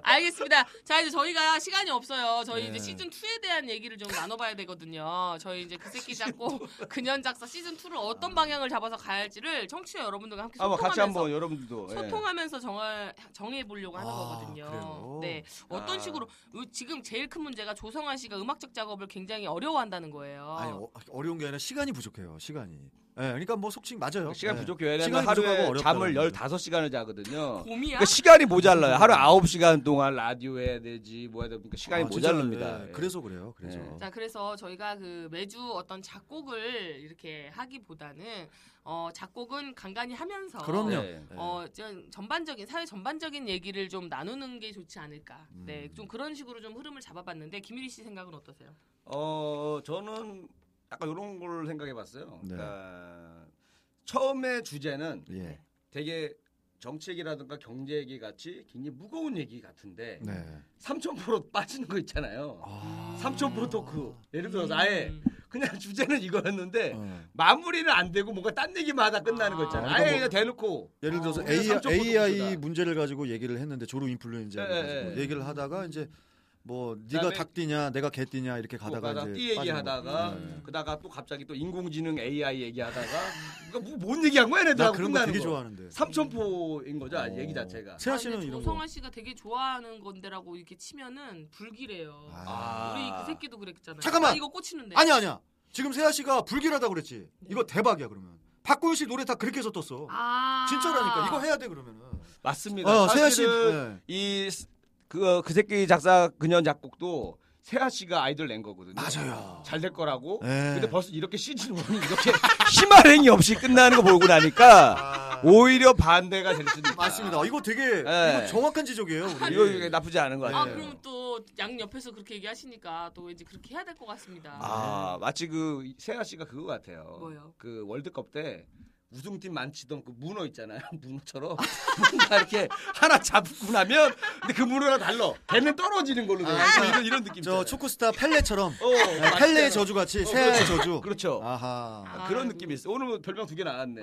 C: 알겠습니다 자 이제 저희가 시간이 없어요 저희
F: 네.
C: 이제 시즌 2에 대한 얘기를 좀 나눠봐야 되거든요 저희 이제 그 새끼 잡고 근현 작사 시즌 2를 어떤 방향을 잡아서 가야 할지를 청취자 여러분들과 함께
D: 한번
C: 소통하면서
D: 아, 뭐 같이 한번 여러분들도 예.
C: 소통하면서 정할 정해 보려고 하는
F: 아,
C: 거거든요.
F: 그래요?
C: 네, 어떤
D: 아.
C: 식으로 요- 지금 제일 큰 문제가 조성환 씨가 음악적 작업을 굉장히 어려워한다는 거예요.
F: 아니 어, 어려운 게 아니라 시간이 부족해요. 시간이. 예, 그러니까 뭐 속칭 맞아요.
D: 시간
F: 예.
D: 부족 교회는
F: 시간이
D: 하루에
F: 부족하고
D: 잠을
F: 어렵더라고요.
D: 15시간을 자거든요.
C: 곰이야?
D: 그러니까 시간이 모자라요. 하루 9시간 동안 라디오 해야 되지, 뭐 해야 되니까 시간이
F: 아, 진짜로,
D: 모자랍니다.
F: 예,
D: 예.
F: 그래서 그래요. 그래서.
D: 예.
C: 자, 그래서 저희가 그 매주 어떤 작곡을 이렇게 하기보다는 어, 작곡은 간간히 하면서
F: 그럼요.
D: 예.
F: 예.
C: 어, 전 전반적인 사회 전반적인 얘기를 좀 나누는 게 좋지 않을까.
F: 음.
C: 네, 좀 그런 식으로 좀 흐름을 잡아봤는데 김유리 씨 생각은 어떠세요?
D: 어, 저는 약간 이런 걸 생각해 봤어요.
F: 네.
D: 그러니까 처음에 주제는
C: 네.
F: 예.
D: 되게 정치 얘기라든가 경제 얘기 같이 굉장히 무거운 얘기 같은데
F: 네.
D: 삼천 프로 빠지는 거 있잖아요.
F: 아.
D: 삼천 프로 토크. 예를 들어서 아예
C: 음.
D: 그냥 주제는 이거였는데
F: 어.
D: 마무리는 안 되고 뭔가 딴 얘기만 하다 끝나는 거 있잖아요.
F: 아,
D: 아예
F: 그러니까
D: 그냥 대놓고
F: 예를 들어서
D: 어, 우리가
F: AI,
D: 삼촌 보통 보다.
F: 문제를 가지고 얘기를 했는데 조루 인플루엔자
D: 예, 예.
F: 가지고 얘기를 하다가 이제 뭐 네가
D: 그다음에 뭐
F: 닭띠냐 내가 개띠냐 이렇게 가다가
D: 가다가
F: 이제
D: 띠
F: 빠지는
D: 얘기하다가
F: 거죠. 예.
D: 그다가 또 갑자기 또 인공지능 AI 얘기하다가 그러니까 뭐, 뭔 얘기한 거야
F: 나
D: 얘네들하고
F: 그런 거
D: 끝나는
F: 되게
D: 거.
F: 좋아하는데.
D: 삼천포인 거죠 아,
F: 어.
D: 얘기 자체가.
F: 세아
C: 아,
F: 씨는
C: 근데
F: 이런 거.
C: 조성아 씨가 되게 좋아하는 건데라고 이렇게 치면은 불길해요.
F: 아.
C: 우리 그 새끼도 그랬잖아요.
F: 잠깐만!
C: 나 이거 꽂히는데.
F: 아니야 아니야. 지금 세아 씨가 불길하다 그랬지. 이거 대박이야 그러면. 박고윤 씨 노래 다 그렇게 해서 떴어.
C: 네. 아.
F: 진짜라니까 이거 해야 돼 그러면은.
D: 맞습니다.
F: 어, 세아 씨.
D: 사실은
F: 예.
D: 이그그 새끼 작사 그년 작곡도 세아 씨가 아이돌 낸 거거든요.
F: 맞아요.
D: 잘 될 거라고.
F: 네.
D: 근데 벌써 이렇게 시즌 1이 이렇게 희말행이 없이 끝나는 거 보고 나니까 오히려 반대가 될 수도 있다.
F: 아. 맞습니다. 이거 되게
D: 예.
F: 이거 정확한 지적이에요. 우리.
D: 이거 이게 나쁘지 않은 거
C: 아,
D: 같아요.
F: 네.
C: 그럼 또 양 옆에서 그렇게 얘기하시니까 또 왠지 그렇게 해야 될 것 같습니다.
D: 아, 마치 그 세아 씨가 그거 같아요.
C: 네. 뭐요?
D: 그 월드컵 때 우승팀 만치던 그 문어 있잖아요. 문어처럼 뭔가 이렇게 하나 잡고 나면 근데 그 문어랑 달라. 걔는 떨어지는 걸로 돼.
F: 아.
D: 이런 이런 느낌.
F: 저
D: 있잖아요.
F: 초코스타 펠레처럼
D: 어,
F: 예, 펠레의 저주 같이 세아의 저주.
D: 그렇죠.
F: 아하.
C: 아,
D: 그런
C: 아이고.
D: 느낌이 있어. 오늘 뭐 별명 두 개 나왔네.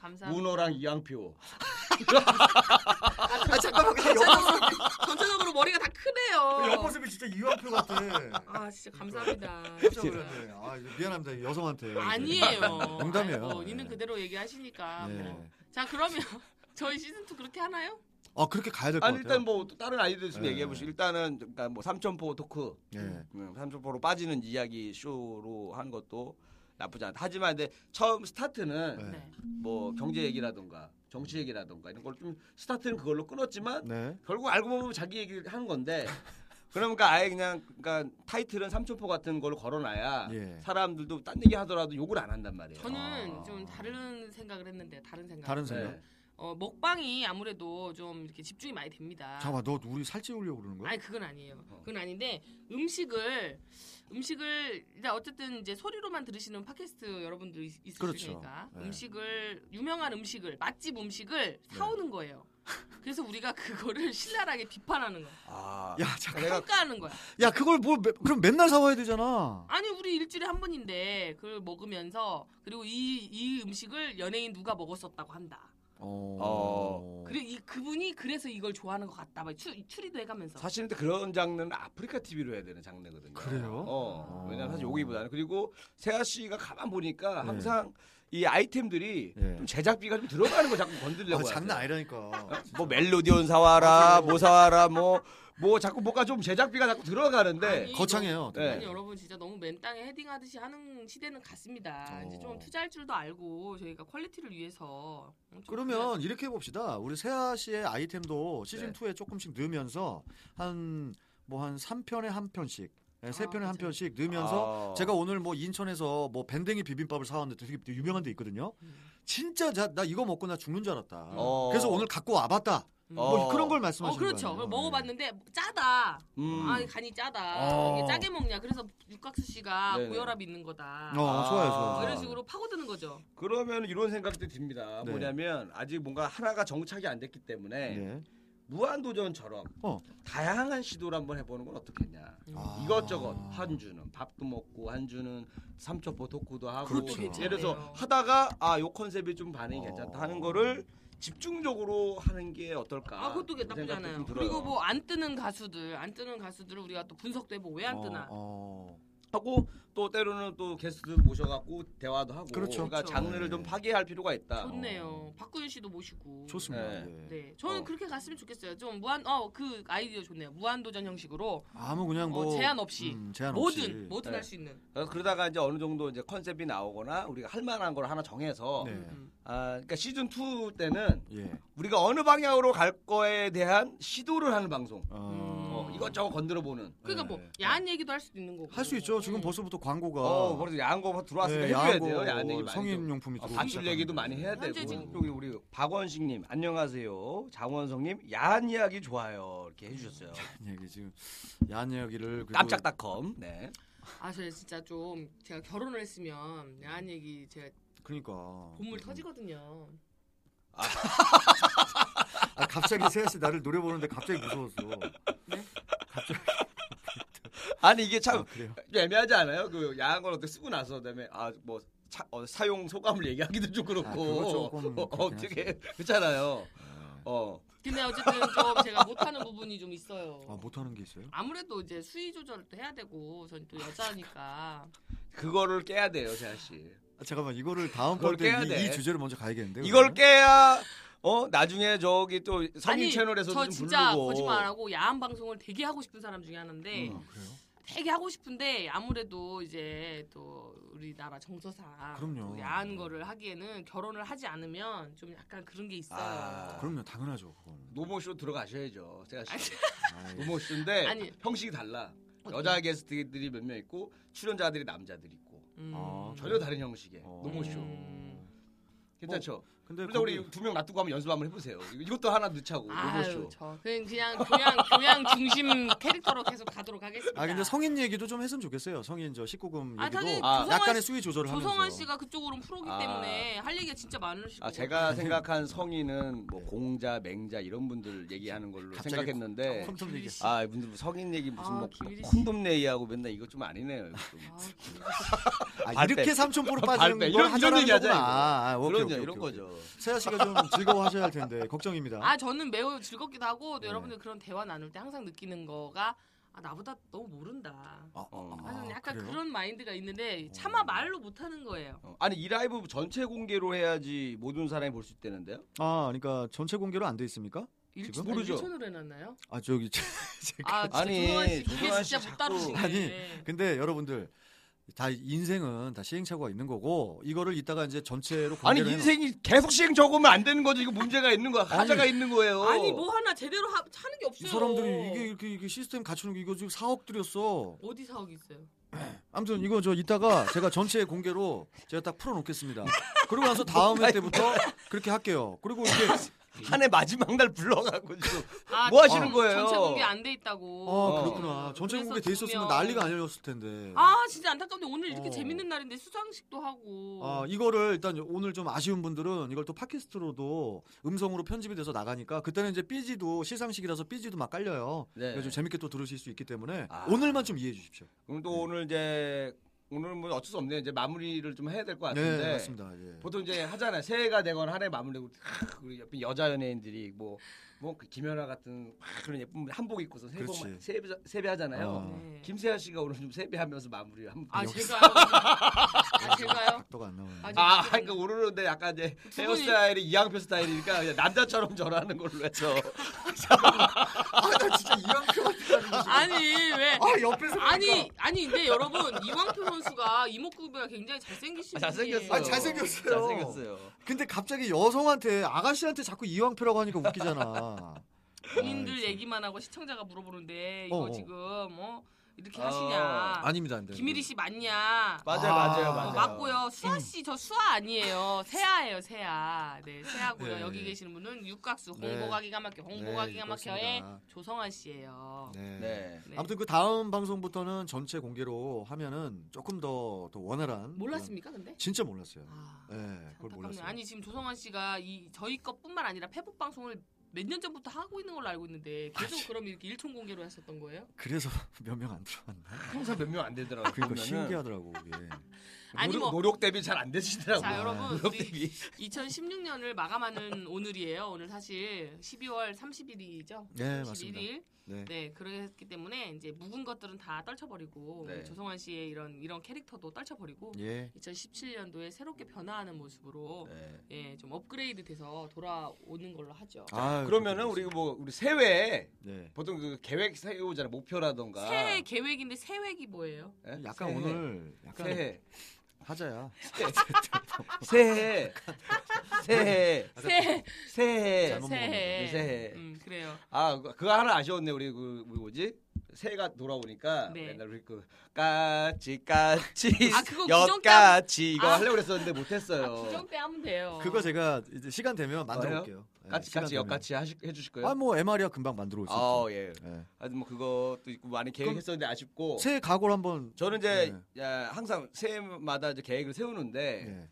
C: 감사합니다.
D: 문어랑 이양표.
F: 아 잠깐만
C: 전체적으로, 전체적으로 머리가 다 크네요.
F: 옆모습이 진짜 이완표 같아.
C: 아 진짜 감사합니다.
F: 깜짝 놀랐네. 아 이거 미안합니다 이 여성한테.
C: 아니에요.
F: 농담이에요.
C: 아이고, 니는
F: 네.
C: 그대로 얘기하시니까.
F: 네.
C: 뭐. 자 그러면 저희 시즌 2 그렇게 하나요?
F: 아 그렇게 가야 될 것
D: 아니
F: 같아요.
D: 일단 뭐 또 다른 아이들 있으면
F: 네.
D: 얘기해 보시죠. 일단은 그러니까 뭐 삼천포 토크,
F: 예.
D: 음, 삼천포로 빠지는 이야기 쇼로 한 것도 나쁘지 않다. 하지만 근데 처음 스타트는
F: 네.
C: 네.
D: 뭐 경제 얘기라던가 정치 얘기라던가 이런 걸 좀 스타트는 그걸로 끊었지만
F: 네.
D: 결국 알고 보면 자기 얘기를 한 건데 그러니까 아예 그냥 그러니까 타이틀은 삼천포 같은 걸로 걸어놔야
F: 예.
D: 사람들도 딴 얘기 하더라도 욕을 안 한단 말이에요. 어.
C: 저는
F: 아.
C: 좀 다른 생각을 했는데 다른 생각.
F: 다른 생각.
D: 네.
C: 어, 먹방이 아무래도 좀 이렇게 집중이 많이 됩니다.
F: 잠깐만 너 우리 살찌우려고 그러는 거야? 어.
C: 아니 그건 아니에요. 그건 아닌데 음식을 음식을 일단 어쨌든 이제 소리로만 들으시는 팟캐스트 여러분들 있- 있을
F: 그렇죠.
C: 테니까
F: 네.
C: 음식을 유명한 음식을 맛집 음식을 사오는 거예요. 그래서 우리가 그거를 신랄하게 비판하는 거야.
D: 아,
F: 야 잠깐.
D: 내가
C: 평가하는 거야.
F: 야 그걸 뭘 매- 그럼 맨날 사와야 되잖아.
C: 아니 우리 일주일에 한 번인데 그걸 먹으면서 그리고 이, 이 음식을 연예인 누가 먹었었다고 한다.
F: 어.
D: 어.
C: 그리고 이, 그분이 그래서 이걸 좋아하는 것 같다. 막 추, 추리도 해가면서.
D: 사실 근데 그런 장르는 아프리카 TV로 해야 되는 장르거든요.
F: 그래요?
D: 어.
F: 아.
D: 왜냐면 사실 여기보다는 그리고 세아 씨가 가만 보니까
F: 네.
D: 항상 이 아이템들이
F: 네.
D: 좀 제작비가 좀 들어가는 거 자꾸 건들려고
F: 아,
D: 하세요.
F: 장난 아니라니까.
D: 뭐 멜로디온 사와라, 뭐 사와라, 뭐, 뭐 자꾸 뭔가 좀 제작비가 자꾸 들어가는데
C: 아니,
F: 거창해요.
D: 네.
C: 아니 여러분 진짜 너무 맨땅에 헤딩하듯이 하는 시대는 같습니다.
F: 어.
C: 이제 좀 투자할 줄도 알고 저희가 퀄리티를 위해서 좀
F: 그러면 이렇게 봅시다. 우리 세아 씨의 아이템도
D: 네.
F: 시즌 2에 조금씩 넣으면서 한 뭐 한 삼편에한 편씩, 네, 세
C: 아,
F: 편에 한
C: 맞아요.
F: 편씩 넣으면서
D: 아.
F: 제가 오늘 뭐 인천에서 뭐 밴댕이 비빔밥을 사왔는데 되게 유명한 데 있거든요. 진짜 자- 나 이거 먹고 나 죽는 줄 알았다.
D: 어.
F: 그래서 오늘 갖고 와봤다. 뭐
D: 어.
F: 그런 걸
C: 어
F: 말씀하시는
C: 그렇죠.
F: 거예요. 네.
C: 그럼 먹어봤는데 짜다.
D: 음.
C: 아 간이 짜다.
F: 어.
C: 이게 짜게 먹냐. 그래서 육각수 씨가
D: 네네.
C: 고혈압이 있는 거다.
F: 어, 좋아요,
D: 아.
F: 좋아요.
C: 이런 식으로 파고드는 거죠.
D: 그러면 이런 생각도 듭니다.
F: 네.
D: 뭐냐면 아직 뭔가 하나가 정착이 안 됐기 때문에
F: 예.
D: 무한도전처럼
F: 어.
D: 다양한 시도를 한번 해보는 건 어떻겠냐.
F: 아.
D: 이것저것 한 주는 밥도 먹고 한 주는 삼천포 토크도 하고
F: 그것도 괜찮네요.
D: 예를 들어서 하다가 아 요 컨셉이 좀 반응이
F: 어.
D: 괜찮다 하는 거를 집중적으로 하는 게 어떨까?
C: 아, 그것도
D: 그런 생각도
C: 나쁘잖아요. 뭐
D: 좀 들어요.
C: 그리고 뭐 안 뜨는 가수들, 안 뜨는 가수들을 우리가 또 분석도 해보고 왜 안
F: 어,
C: 뜨나.
F: 어.
D: 하고 또 때로는 또 게스트 모셔갖고 대화도 하고
F: 그렇죠.
D: 러니까
C: 그렇죠. 그
D: 장르를 좀 파괴할 필요가 있다.
C: 좋네요. 박구윤 씨도 모시고.
F: 좋습니다.
D: 네.
F: 예.
C: 네, 저는
D: 어.
C: 그렇게 갔으면 좋겠어요. 좀 무한 어 그 아이디어 좋네요. 무한 도전 형식으로
F: 아무 그냥 뭐
C: 어, 제한 없이.
F: 제한
C: 뭐든
F: 없이.
C: 뭐든
D: 네.
C: 할 수 있는.
D: 그래서 그러다가 이제 어느 정도 이제 컨셉이 나오거나 우리가 할 만한 걸 하나 정해서
F: 네.
C: 음.
D: 아 그러니까 시즌 2 때는
F: 예.
D: 우리가 어느 방향으로 갈 거에 대한 시도를 하는 방송.
C: 음.
F: 어,
D: 어, 이것저것 건드려 보는.
C: 그러니까
F: 네.
C: 뭐 야한 얘기도 할 수도 있는 네. 거고.
F: 할 수 있죠. 지금 벌써부터 광고가
D: 어, 그래서 야한 거 들어왔으니까
F: 네,
D: 해줘야
F: 야한
D: 돼요.
F: 거,
D: 야한 얘기 많이.
F: 성인 용품이
D: 아,
F: 들어오기
D: 반출
F: 시작하는데.
D: 얘기도 많이 해야
C: 현재
D: 되고
C: 지금-
D: 여기 우리 박원식님 안녕하세요 장원성님 야한 이야기 좋아요 이렇게 해주셨어요
F: 얘기 지금 야한 얘기를 네, 그리고
D: 깜짝닷컴 네
C: 아, 저 진짜 좀 제가 결혼을 했으면 야한 얘기 제가
F: 그러니까
C: 본물 터지거든요.
F: 아, 갑자기 세아 씨 나를 노려보는데 갑자기 무서웠어.
D: 아니 이게
F: 아,
D: 참
F: 그래요.
D: 애매하지 않아요 그 야한 걸 어떻게 쓰고 나서 그다음에 아뭐 어, 사용 소감을 얘기하기도 좀 그렇고
F: 아, 그거 조금
D: 어, 어떻게 그렇잖아요 어
C: 근데 어쨌든 좀 제가 못하는 부분이 좀 있어요.
F: 아, 못하는 게 있어요?
C: 아무래도 이제 수위 조절을 또 해야 되고 전 또 여자니까
D: 그거를 깨야 돼요 세아 씨
F: 아, 잠깐만 이거를 다음
D: 그걸 깨야
F: 번에
D: 돼.
F: 이, 이 주제를 먼저 가야겠는데.
D: 이걸 깨야 어 나중에 저기 또 성인
C: 아니,
D: 채널에서도
C: 저
D: 좀
C: 진짜
D: 부르고
C: 거짓말 안 하고 야한 방송을 되게 하고 싶은 사람 중에 하나인데
F: 아, 그래요?
C: 되게 하고 싶은데 아무래도 이제 또 우리나라 정서상
F: 그럼요.
C: 또 야한 거를 하기에는 결혼을 하지 않으면 좀 약간 그런 게 있어요.
D: 아.
F: 그럼요, 당연하죠. 그건.
D: 노모쇼 들어가셔야죠 세아 씨
F: 아이, 예.
D: 노모쇼인데
C: 아니.
D: 형식이 달라
C: 어때요?
D: 여자 게스트들이 몇 명 있고 출연자들이 남자들이 있고
C: 음.
F: 아,
D: 전혀 다른 형식의
F: 어.
D: 노모쇼
C: 음.
D: 괜찮죠?
F: 근데
D: 그러다
F: 거기-
D: 우리 두 명 놔두고 한번 연습 한번 해보세요 이거- 이것도 하나 넣자고
C: 아유,
D: 노모쇼
C: 저 그냥 그냥 교양 교양 중심 캐릭터로 계속 가도록 하겠습니다.
F: 아 근데 성인 얘기도 좀 했으면 좋겠어요. 성인 저 19금
C: 아, 당연히
F: 얘기도
D: 아,
C: 조성환
F: 약간의
C: 씨-
F: 수위 조절을
C: 조성환
F: 하면서.
C: 씨가 그쪽으로는 프로기
D: 아.
C: 때문에 할 얘기가 진짜 많으실
D: 아
C: 거예요.
F: 뭐
D: 제가 생각한 성인은 뭐 공자, 맹자 이런 분들 얘기하는 걸로
F: 네. 갑자기
D: 아,
C: 어,
D: 생각했는데
F: 컴퓨터 얘기.
D: 아 이분들 성인 얘기 무슨
C: 아,
D: 뭐
C: 김일희 씨.
D: 콘돔 얘기하고 맨날 이거 좀 아니네요. 이거 좀.
C: 아,
F: 아,
D: 발뺌.
F: 이렇게 삼촌포로
D: 발뺌.
F: 빠지는 걸
D: 이런- 이런
F: 하자라는
D: 얘기하자,
F: 거구나.
D: 이거.
F: 아, 아, 오케이,
D: 그런
F: 오케이,
D: 이런
F: 오케이, 오케이.
D: 거죠.
F: 세아 씨가 좀 즐거워하셔야 할 텐데 걱정입니다.
C: 아 저는 매우 즐겁기도 하고 또
F: 네.
C: 여러분들 그런 대화 나눌 때 항상 느끼는 거가 아, 나보다 너무 모른다.
F: 아,
D: 어.
C: 아, 저는 약간
F: 그래요? 어.
C: 그런 마인드가 있는데 차마 말로 못하는 거예요.
D: 어, 아니 이 라이브 전체 공개로 해야지 모든 사람이 볼 수 있다는데요?
F: 아, 그러니까 전체 공개로 안 돼 있습니까?
C: 일촌
D: 모르죠.
C: 일촌으로 해놨나요?
F: 아, 저기
C: 아 진짜
D: 아니,
C: 조성환 씨 이게
D: 조성환 씨
C: 진짜 못
D: 자꾸-
C: 다루시네.
F: 아니, 근데 여러분들 다 인생은 다 시행착오가 있는 거고 이거를 이따가 이제 전체로
D: 아니
F: 공개를 해놓-
D: 인생이 계속 시행 적으면 안 되는 거죠. 이거 문제가 있는 거야. 하자가 있는 거예요.
C: 아니 뭐 하나 제대로 하, 는게
F: 이
C: 없어요. 그렇죠.
F: 사람들이 이게 이렇게 이게 시스템 갖추는 게 이거 지금 4억 들였어.
C: 어디 사옥이 있어요?
F: 아무튼 이거 저 이따가 제가 전체 공개로 제가 딱 풀어놓겠습니다. 그리고 나서 다음 회 때부터 그렇게 할게요. 그리고 이렇게
D: 한해 마지막 날 불러가고 지금
C: 아,
D: 뭐 하시는
C: 전-
D: 거예요?
C: 전체 공개 안 돼 있다고.
F: 아
D: 어.
F: 그렇구나. 전체
C: 그래서
F: 공개 돼 있었으면
C: 두면-
F: 난리가 아니었을 텐데.
C: 아 진짜 안타깝네 오늘 이렇게
F: 어.
C: 재밌는 날인데 수상식도 하고
F: 아, 이거를 일단 오늘 좀 아쉬운 분들은 이걸 또 팟캐스트로도 음성으로 편집이 돼서 나가니까 그때는 이제 삐지도 시상식이라서 삐지도 막 깔려요.
D: 네.
F: 그래서 좀 재밌게 또 들으실 수 있기 때문에
D: 아.
F: 오늘만 좀 이해해 주십시오.
D: 그럼 또 오늘 이제 오늘 뭐 어쩔 수 없네요. 이제 마무리를 좀 해야 될
C: 아,
D: 것 같은데.
F: 네, 맞습니다. 예.
D: 보통 이제 하잖아요. 새해가 되건 한 해 마무리고 우리 옆에 여자 연예인들이 뭐뭐 그 김연아 같은 막 그런 예쁜 분들 한복 입고서 새해 복
F: 그렇지.
D: 많이- 세배 세배하잖아요.
F: 어.
C: 네.
D: 김세아 씨가 오늘 좀 세배하면서 마무리 한.
C: 아
D: 아,
C: 제가요? 아 제가요?
F: 각도가 안 나오네.
C: 아, 저-
D: 아, 그러니까 오늘은 근데 약간 이제
C: 분이-
D: 헤어스타일이 이양표 스타일이니까 그냥 남자처럼 절하는 걸로 해서
F: 나 진짜 이왕표 같은 거
C: 아니 왜?
F: 아, 옆에서
C: 아니 아니 근데 여러분 이광표 선수가 이목구비가 굉장히 잘생기신
D: 아, 잘생겼어요.
F: 아, 잘생겼어요.
D: 잘생겼어요.
F: 근데 갑자기 여성한테 아가씨한테 자꾸 이왕표라고 하니까 웃기잖아.
C: 본인들
F: 아이, 그렇죠.
C: 얘기만 하고 시청자가 물어보는데 이거
F: 어, 어.
C: 지금 어 이렇게
D: 어,
C: 하시냐?
F: 아닙니다. 네. 안 돼.
C: 김일희 씨 맞냐?
D: 맞아요,
F: 아.
D: 맞아요,
F: 어,
D: 맞아요.
C: 어, 맞고요.
F: 음.
C: 수아 씨 저 수아 아니에요. 세아예요, 세아. 네, 세아고요.
F: 네.
C: 여기 계시는 분은 육각수
F: 네.
C: 홍보가기가 막혀, 홍보가기가
F: 네,
C: 막혀의
F: 그렇습니다.
C: 조성환 씨예요.
F: 네.
D: 네.
C: 네.
F: 아무튼 그 다음 방송부터는 전체 공개로 하면은 조금 더, 더 원활한
C: 몰랐습니까, 근데?
F: 그런- 진짜 몰랐어요.
C: 아.
F: 예, 네. 그걸
C: 안타깝네요.
F: 몰랐어요.
C: 아니 지금 조성환 씨가 이 저희 것뿐만 아니라 페북 방송을 몇 년 전부터 하고 있는 걸로 알고 있는데 계속 그럼 이렇게 일촌 공개로 하셨던 거예요?
F: 그래서 몇 명 안 들어왔나.
D: 항상 몇 명 안 되더라고요.
F: 그러니까
D: 보면은.
F: 신기하더라고 그게.
C: 아니,
D: 노력,
C: 뭐-
D: 노력 대비 잘 안
F: 네,
D: 되시더라고요.
F: 뭐.
C: 자 여러분
D: 노력
C: 우리
D: 대비.
C: 2016년을 마감하는 오늘이에요. 오늘 사실 12월 30일이죠.
F: 네, 맞습니다. 네.
C: 네, 그랬기 때문에 이제 묵은 것들은 다 떨쳐버리고
D: 네.
C: 우리 조성환 씨의 이런 이런 캐릭터도 떨쳐버리고
F: 예.
C: 2017년도에 새롭게 변화하는 모습으로
D: 네.
C: 예, 좀 업그레이드돼서 돌아오는 걸로 하죠.
F: 아
D: 그러면은 우리 뭐 우리 새해
F: 네.
D: 보통 그 계획 세우잖아 목표라던가.
C: 새해 계획인데 새획이 뭐예요?
D: 예?
F: 약간
D: 새해.
F: 오늘 약간
D: 새해
F: 하자야.
D: 새해 새해
C: 새해
D: 새해
C: 새해
F: 아, 그러니까 잘못
D: 먹은 거죠. 새해.
C: 음, 그래요.
D: 아 그- 그거 하나 아쉬웠네 우리 그 우리 뭐지 새해가 돌아오니까
C: 네.
D: 맨날 우리 그 까치 까치
C: 아, 그거
D: 엿까치 이거
C: 아.
D: 하려고 그랬었는데 못했어요.
C: 아, 부정 때 하면 돼요.
F: 그거 제가 이제 시간 되면 만들어
D: 뭐예요?
F: 볼게요. 예,
D: 까치
F: 시간
D: 까치
F: 되면.
D: 엿까치 하시- 해주실 거예요?
F: 아, 뭐 MR이야 금방 만들어 올 수
D: 아
F: 있죠.
D: 예.
F: 예.
D: 하여튼 뭐 그것도 있고 많이 계획했었는데 아쉽고
F: 새해 네. 각오를 한번
D: 저는 이제 야, 항상 새해마다 이제 계획을 세우는데
F: 예.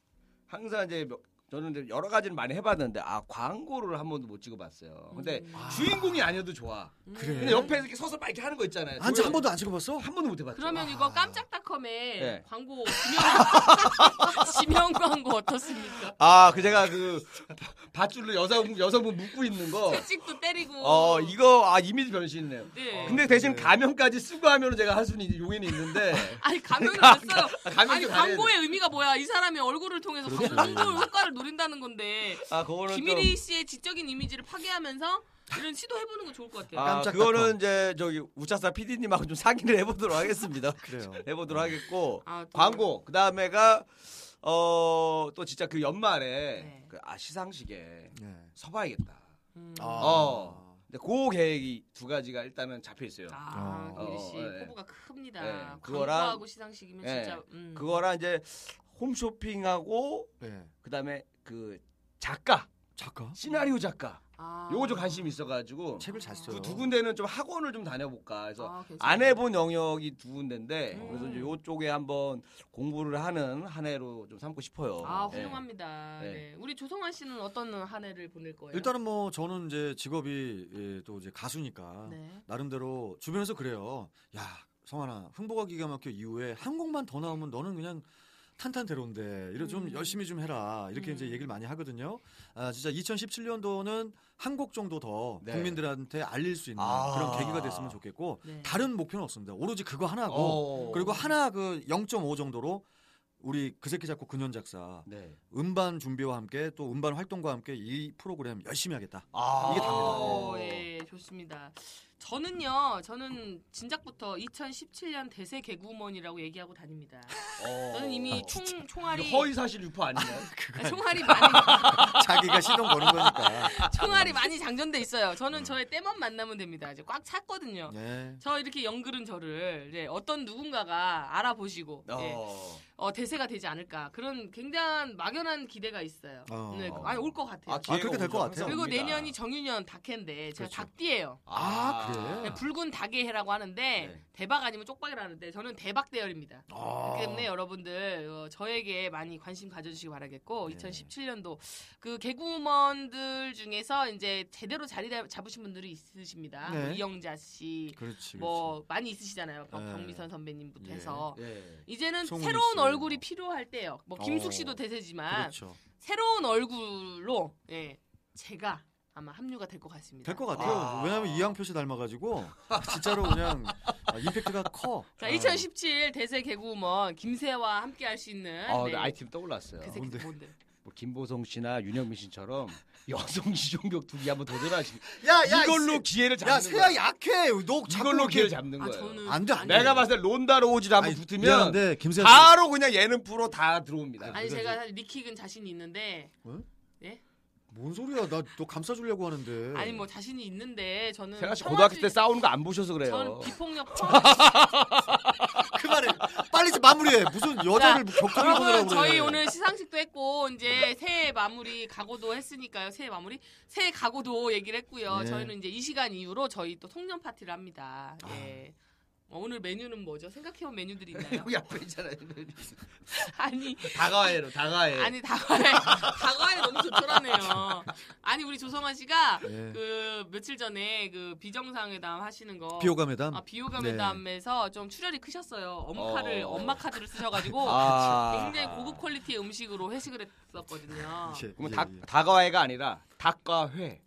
D: 항상 이제 몇- 저는 이제 여러 가지를 많이 해봤는데 아 광고를 한 번도 못 찍어봤어요. 근데
F: 아.
D: 주인공이 음. 아니어도 좋아.
F: 그래.
D: 음. 근데 옆에 이렇게 서서 막 이렇게 하는 거 있잖아요. 아,
F: 한, 한 번도 안 찍어봤어?
D: 한 번도 못 해봤죠.
C: 그러면 이거 깜짝닷컴에
D: 아. 네.
C: 광고 지명 지명 광고 어떻습니까?
D: 아, 그 제가 그 밧줄로 여성 여성분 묶고 있는 거.
C: 채찍도 때리고.
D: 어 이거 어. 아 이미지 변신이네요.
C: 네.
D: 근데 대신 가면까지 쓰고 하면 제가 할 수는 용인이 있는데
C: 아니 가면을 안 써요.
D: 가면도
C: 아니
D: 가려야
C: 광고의 의미가 뭐야? 이 사람의 얼굴을 통해서
F: 그렇죠.
C: 광고 효과를 노린다는 건데
D: 아 그거는
C: 김일희 씨의 지적인 이미지를 파괴하면서 이런 시도해보는 거 좋을 것 같아요.
D: 아,
F: 깜짝
D: 그거는
F: 깜짝.
D: 이제 저기 우차사 PD님하고 좀 상의를 해보도록 하겠습니다.
F: 그래요.
D: 해보도록 하겠고
C: 아, 또-
D: 광고 그 다음에가 어 또 진짜 그 연말에
C: 네.
D: 그, 아 시상식에
F: 예.
D: 서봐야겠다.
C: 음.
F: 아.
C: 아,
D: 어. 근데 그 계획이 두 가지가 일단은 잡혀 있어요.
F: 아.
C: 김일희 씨
D: 어, 네.
C: 포부가 큽니다.
D: 네, 그거랑-
C: 광고하고 시상식이면
D: 네,
C: 진짜 음.
D: 그거랑 이제 홈쇼핑하고
F: 예.
D: 그 다음에 그 작가
F: 작가?
D: 시나리오 작가
C: 아.
D: 요거 좀 관심이 있어가지고
F: 책을 잘 써요.
D: 그 두 군데는 좀 학원을 좀 다녀볼까 해서
C: 아, 괜찮아요.
D: 안 해본 영역이 두 군데인데
C: 음.
D: 그래서 이제 요쪽에 한번 공부를 하는 한 해로 좀 삼고 싶어요.
C: 아
D: 예.
C: 훌륭합니다.
D: 네.
C: 네. 우리 조성환 씨는 어떤 한 해를 보낼 거예요?
F: 일단은 뭐 저는 이제 직업이 예, 또 이제 가수니까
C: 네.
F: 나름대로 주변에서 그래요. 야 성환아 흥보가 기가 막혀 이후에 한 곡만 더 나오면 너는 그냥 탄탄대로인데 이래 좀
C: 음.
F: 열심히 좀 해라 이렇게
C: 음.
F: 이제 얘기를 많이 하거든요. 아 진짜 2017년도는 한 곡 정도 더
D: 네.
F: 국민들한테 알릴 수 있는
D: 아.
F: 그런 계기가 됐으면 좋겠고
C: 네.
F: 다른 목표는 없습니다. 오로지 그거 하나고
D: 어.
F: 그리고 하나 그 0.5 정도로 우리 그 새끼 작곡 근현 작사
D: 네.
F: 음반 준비와 함께 또 음반 활동과 함께 이 프로그램 열심히 하겠다.
D: 아
F: 이게 답니다.
C: 오, 예, 좋습니다. 저는요, 저는 진작부터 2017년 대세 개구먼이라고 얘기하고 다닙니다.
D: 어.
C: 저는 이미
D: 아,
C: 총,
D: 이거
C: 총알이
D: 허위 사실 유포 아니에요?
C: 아니, 총알이 많이
F: 자기가 시동 거는 거니까.
C: 총알이 많이 장전돼 있어요. 저는
D: 음.
C: 저의 때만 만나면 됩니다. 이제 꽉 찼거든요.
F: 네.
C: 저 이렇게 연그른 저를 이제 어떤 누군가가 알아보시고
D: 어.
C: 예, 어, 대세가 되지 않을까 그런 굉장한 막연한 기대가 있어요.
F: 어.
C: 네, 아니 올 것 같아요.
D: 기회가
F: 그렇게 될것
D: 오죠.
F: 같아요.
C: 그리고
D: 옵니다.
C: 내년이 정유년 닭해인데 제가
F: 그렇죠.
C: 닭띠예요.
F: 아, 그래?
C: 네, 붉은 닭의 해라고 하는데
D: 네.
C: 대박 아니면 쪽박이라는데 저는 대박 대열입니다.
F: 아.
C: 그렇기 때문에 여러분들 어, 저에게 많이 관심 가져주시기 바라겠고
F: 네.
C: 2017년도 그 개구먼들 중에서 이제 제대로 자리 잡- 잡으신 분들이 있으십니다.
F: 네. 그렇죠,
C: 뭐 이영자 씨,
F: 그렇지.
C: 뭐 많이 있으시잖아요. 박-
F: 네.
C: 박미선 선배님부터
F: 예.
C: 해서
D: 예.
C: 이제는
F: 송은이
C: 새로운
F: 씨.
C: 얼굴이 필요할 때예요. 뭐 김숙 씨도
F: 어.
C: 대세지만
F: 그렇죠. 그렇죠.
C: 새로운 얼굴로 예, 제가 아마 합류가 될 것 같습니다.
F: 될 것 같아요.
D: 아.
F: 왜냐면 이양표 씨 닮아가지고 진짜로 그냥 아, 임팩트가 커.
C: 자,
F: 어.
C: 2017 대세 개그우먼 김세와 함께 할 수 있는
D: 아,
C: 네.
D: 네. 아이템 떠올랐어요.
C: 그 새끼
F: 뭔데?
C: 뭔데?
D: 뭐 김보성 씨나 윤영민 씨처럼 여성 이종격 둘이 한번 도전하시.
F: 아. 야, 야,
D: 이걸로
F: 이
D: 기회를
F: 새- 야,
D: 잡는
F: 새야
D: 거야.
F: 약해. 너 자꾸
D: 이걸로
F: 이렇게-
D: 기회를 잡는
C: 아,
D: 거예요.
C: 저는
F: 안 돼, 안 돼.
D: 내가 봤을 때 론다로 오지를 한번
F: 아니,
D: 붙으면
F: 미안한데 김세아
D: 바로 그냥 예능 프로 다 들어옵니다.
C: 아니
F: 그래서
C: 제가 사실 니킥은 자신이 있는데
F: 뭔 소리야? 나 너 감싸주려고 하는데.
C: 아니 뭐 자신이 있는데 저는
D: 세가 씨
C: 평화주의-
D: 고등학교 때 싸우는 거 안 보셔서 그래요.
C: 저는 비폭력 평화-
F: 그만해. 빨리 좀 마무리해. 무슨 여자를 뭐 격투를 보느라고
C: 여러분
F: 그래.
C: 저희 오늘 시상식도 했고 이제 새해 마무리 각오도 했으니까요 새해 마무리 새해 각오도 얘기를 했고요
F: 네. 아.
C: 저희는 이제 이 시간 이후로 저희 또 송년 파티를 합니다 예 어, 오늘 메뉴는 뭐죠? 생각해온 메뉴들이 있나요?
D: 여기 앞에 있잖아요.
C: 아니
D: 다가해로
F: 네.
D: 다가해.
C: 아니 다과에 다과에 너무 조촐하네요. 아니 우리 조성아 씨가
F: 예.
C: 그 며칠 전에 그 비정상회담 하시는 거
F: 비호감회담.
C: 아, 비호감회담에서 좀 출혈이 크셨어요. 엄카를
D: 어.
C: 엄마 카드를 쓰셔가지고
D: 아.
C: 굉장히 고급 퀄리티의 음식으로 회식을 했었거든요.
F: 예,
D: 그러면
F: 예,
D: 닭
F: 예.
D: 다가해가 아니라 닭과회.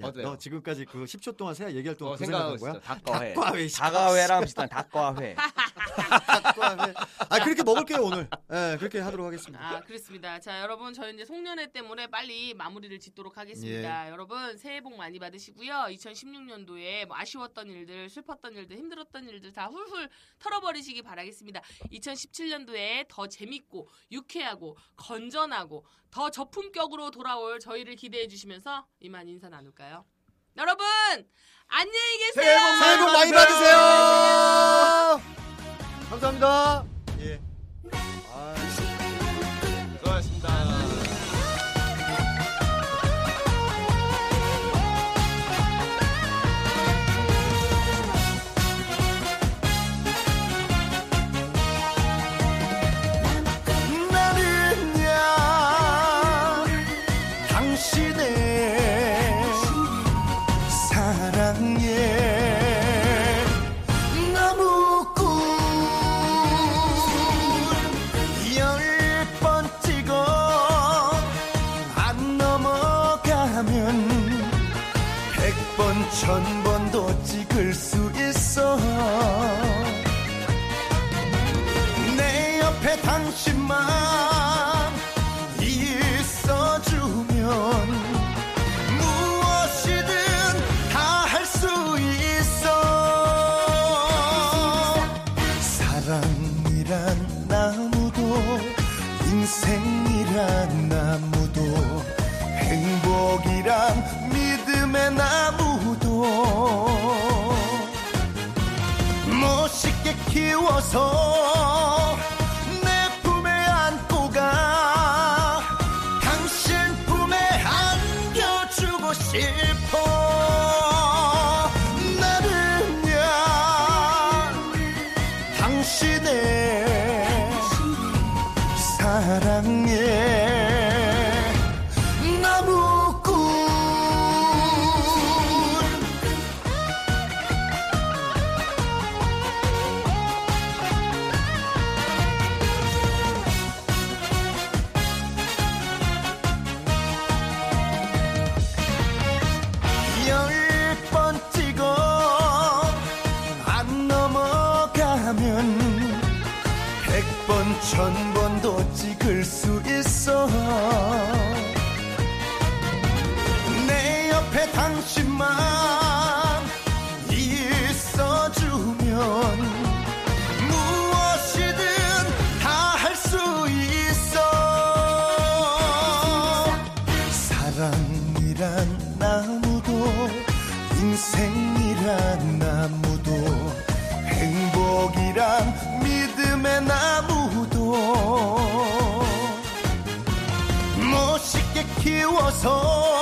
F: 야,
D: 어때요?
F: 너 지금까지 그 10초 동안 새 얘기할 동안
D: 어,
F: 그 생각한
D: 생각하고
F: 거야?
D: 있어. 닭과회.
F: 닭과회.
D: 다가회랑 비슷한 닭과회.
F: 닭과회. 아 그렇게 먹을게요 오늘. 예, 그렇게 하도록 하겠습니다.
C: 아 그렇습니다. 자 여러분 저희 이제 송년회 때문에 빨리 마무리를 짓도록 하겠습니다.
F: 예.
C: 여러분 새해 복 많이 받으시고요. 2016년도에 뭐 아쉬웠던 일들, 슬펐던 일들, 힘들었던 일들 다 훌훌 털어버리시기 바라겠습니다. 2017년도에 더 재밌고 유쾌하고 건전하고 더 저품격으로 돌아올 저희를 기대해 주시면서 이만 인사 나눌까요? 여러분 안녕히 계세요.
F: 새해 복 많이 받으세요. 감사합니다. 예. 아,
D: 수고하셨습니다.
B: 나는야 당신의 사랑에 나무꾼 열 번 찍어 안 넘어가면 백 번 천 번도 찍을 수 있어 내 옆에 당신만 있어주면 무엇이든 다 할 수 있어 사랑이란 나무도 인생이란 나무도 행복이란 믿음의 나무도 멋있게 키워서 내 품에 안고 가 당신 품에 안겨주고 싶어 나는야 당신의 사랑에 나무꾼 열 번 찍어 안 넘어가면 백 번 천 번도 찍을 수 있어 내 옆에 당신만 있어주면 무엇이든 다 할 수 있어 사랑이란 나무도 인생이란 나무도 행복이란 믿음의 나무도 멋있게 키워서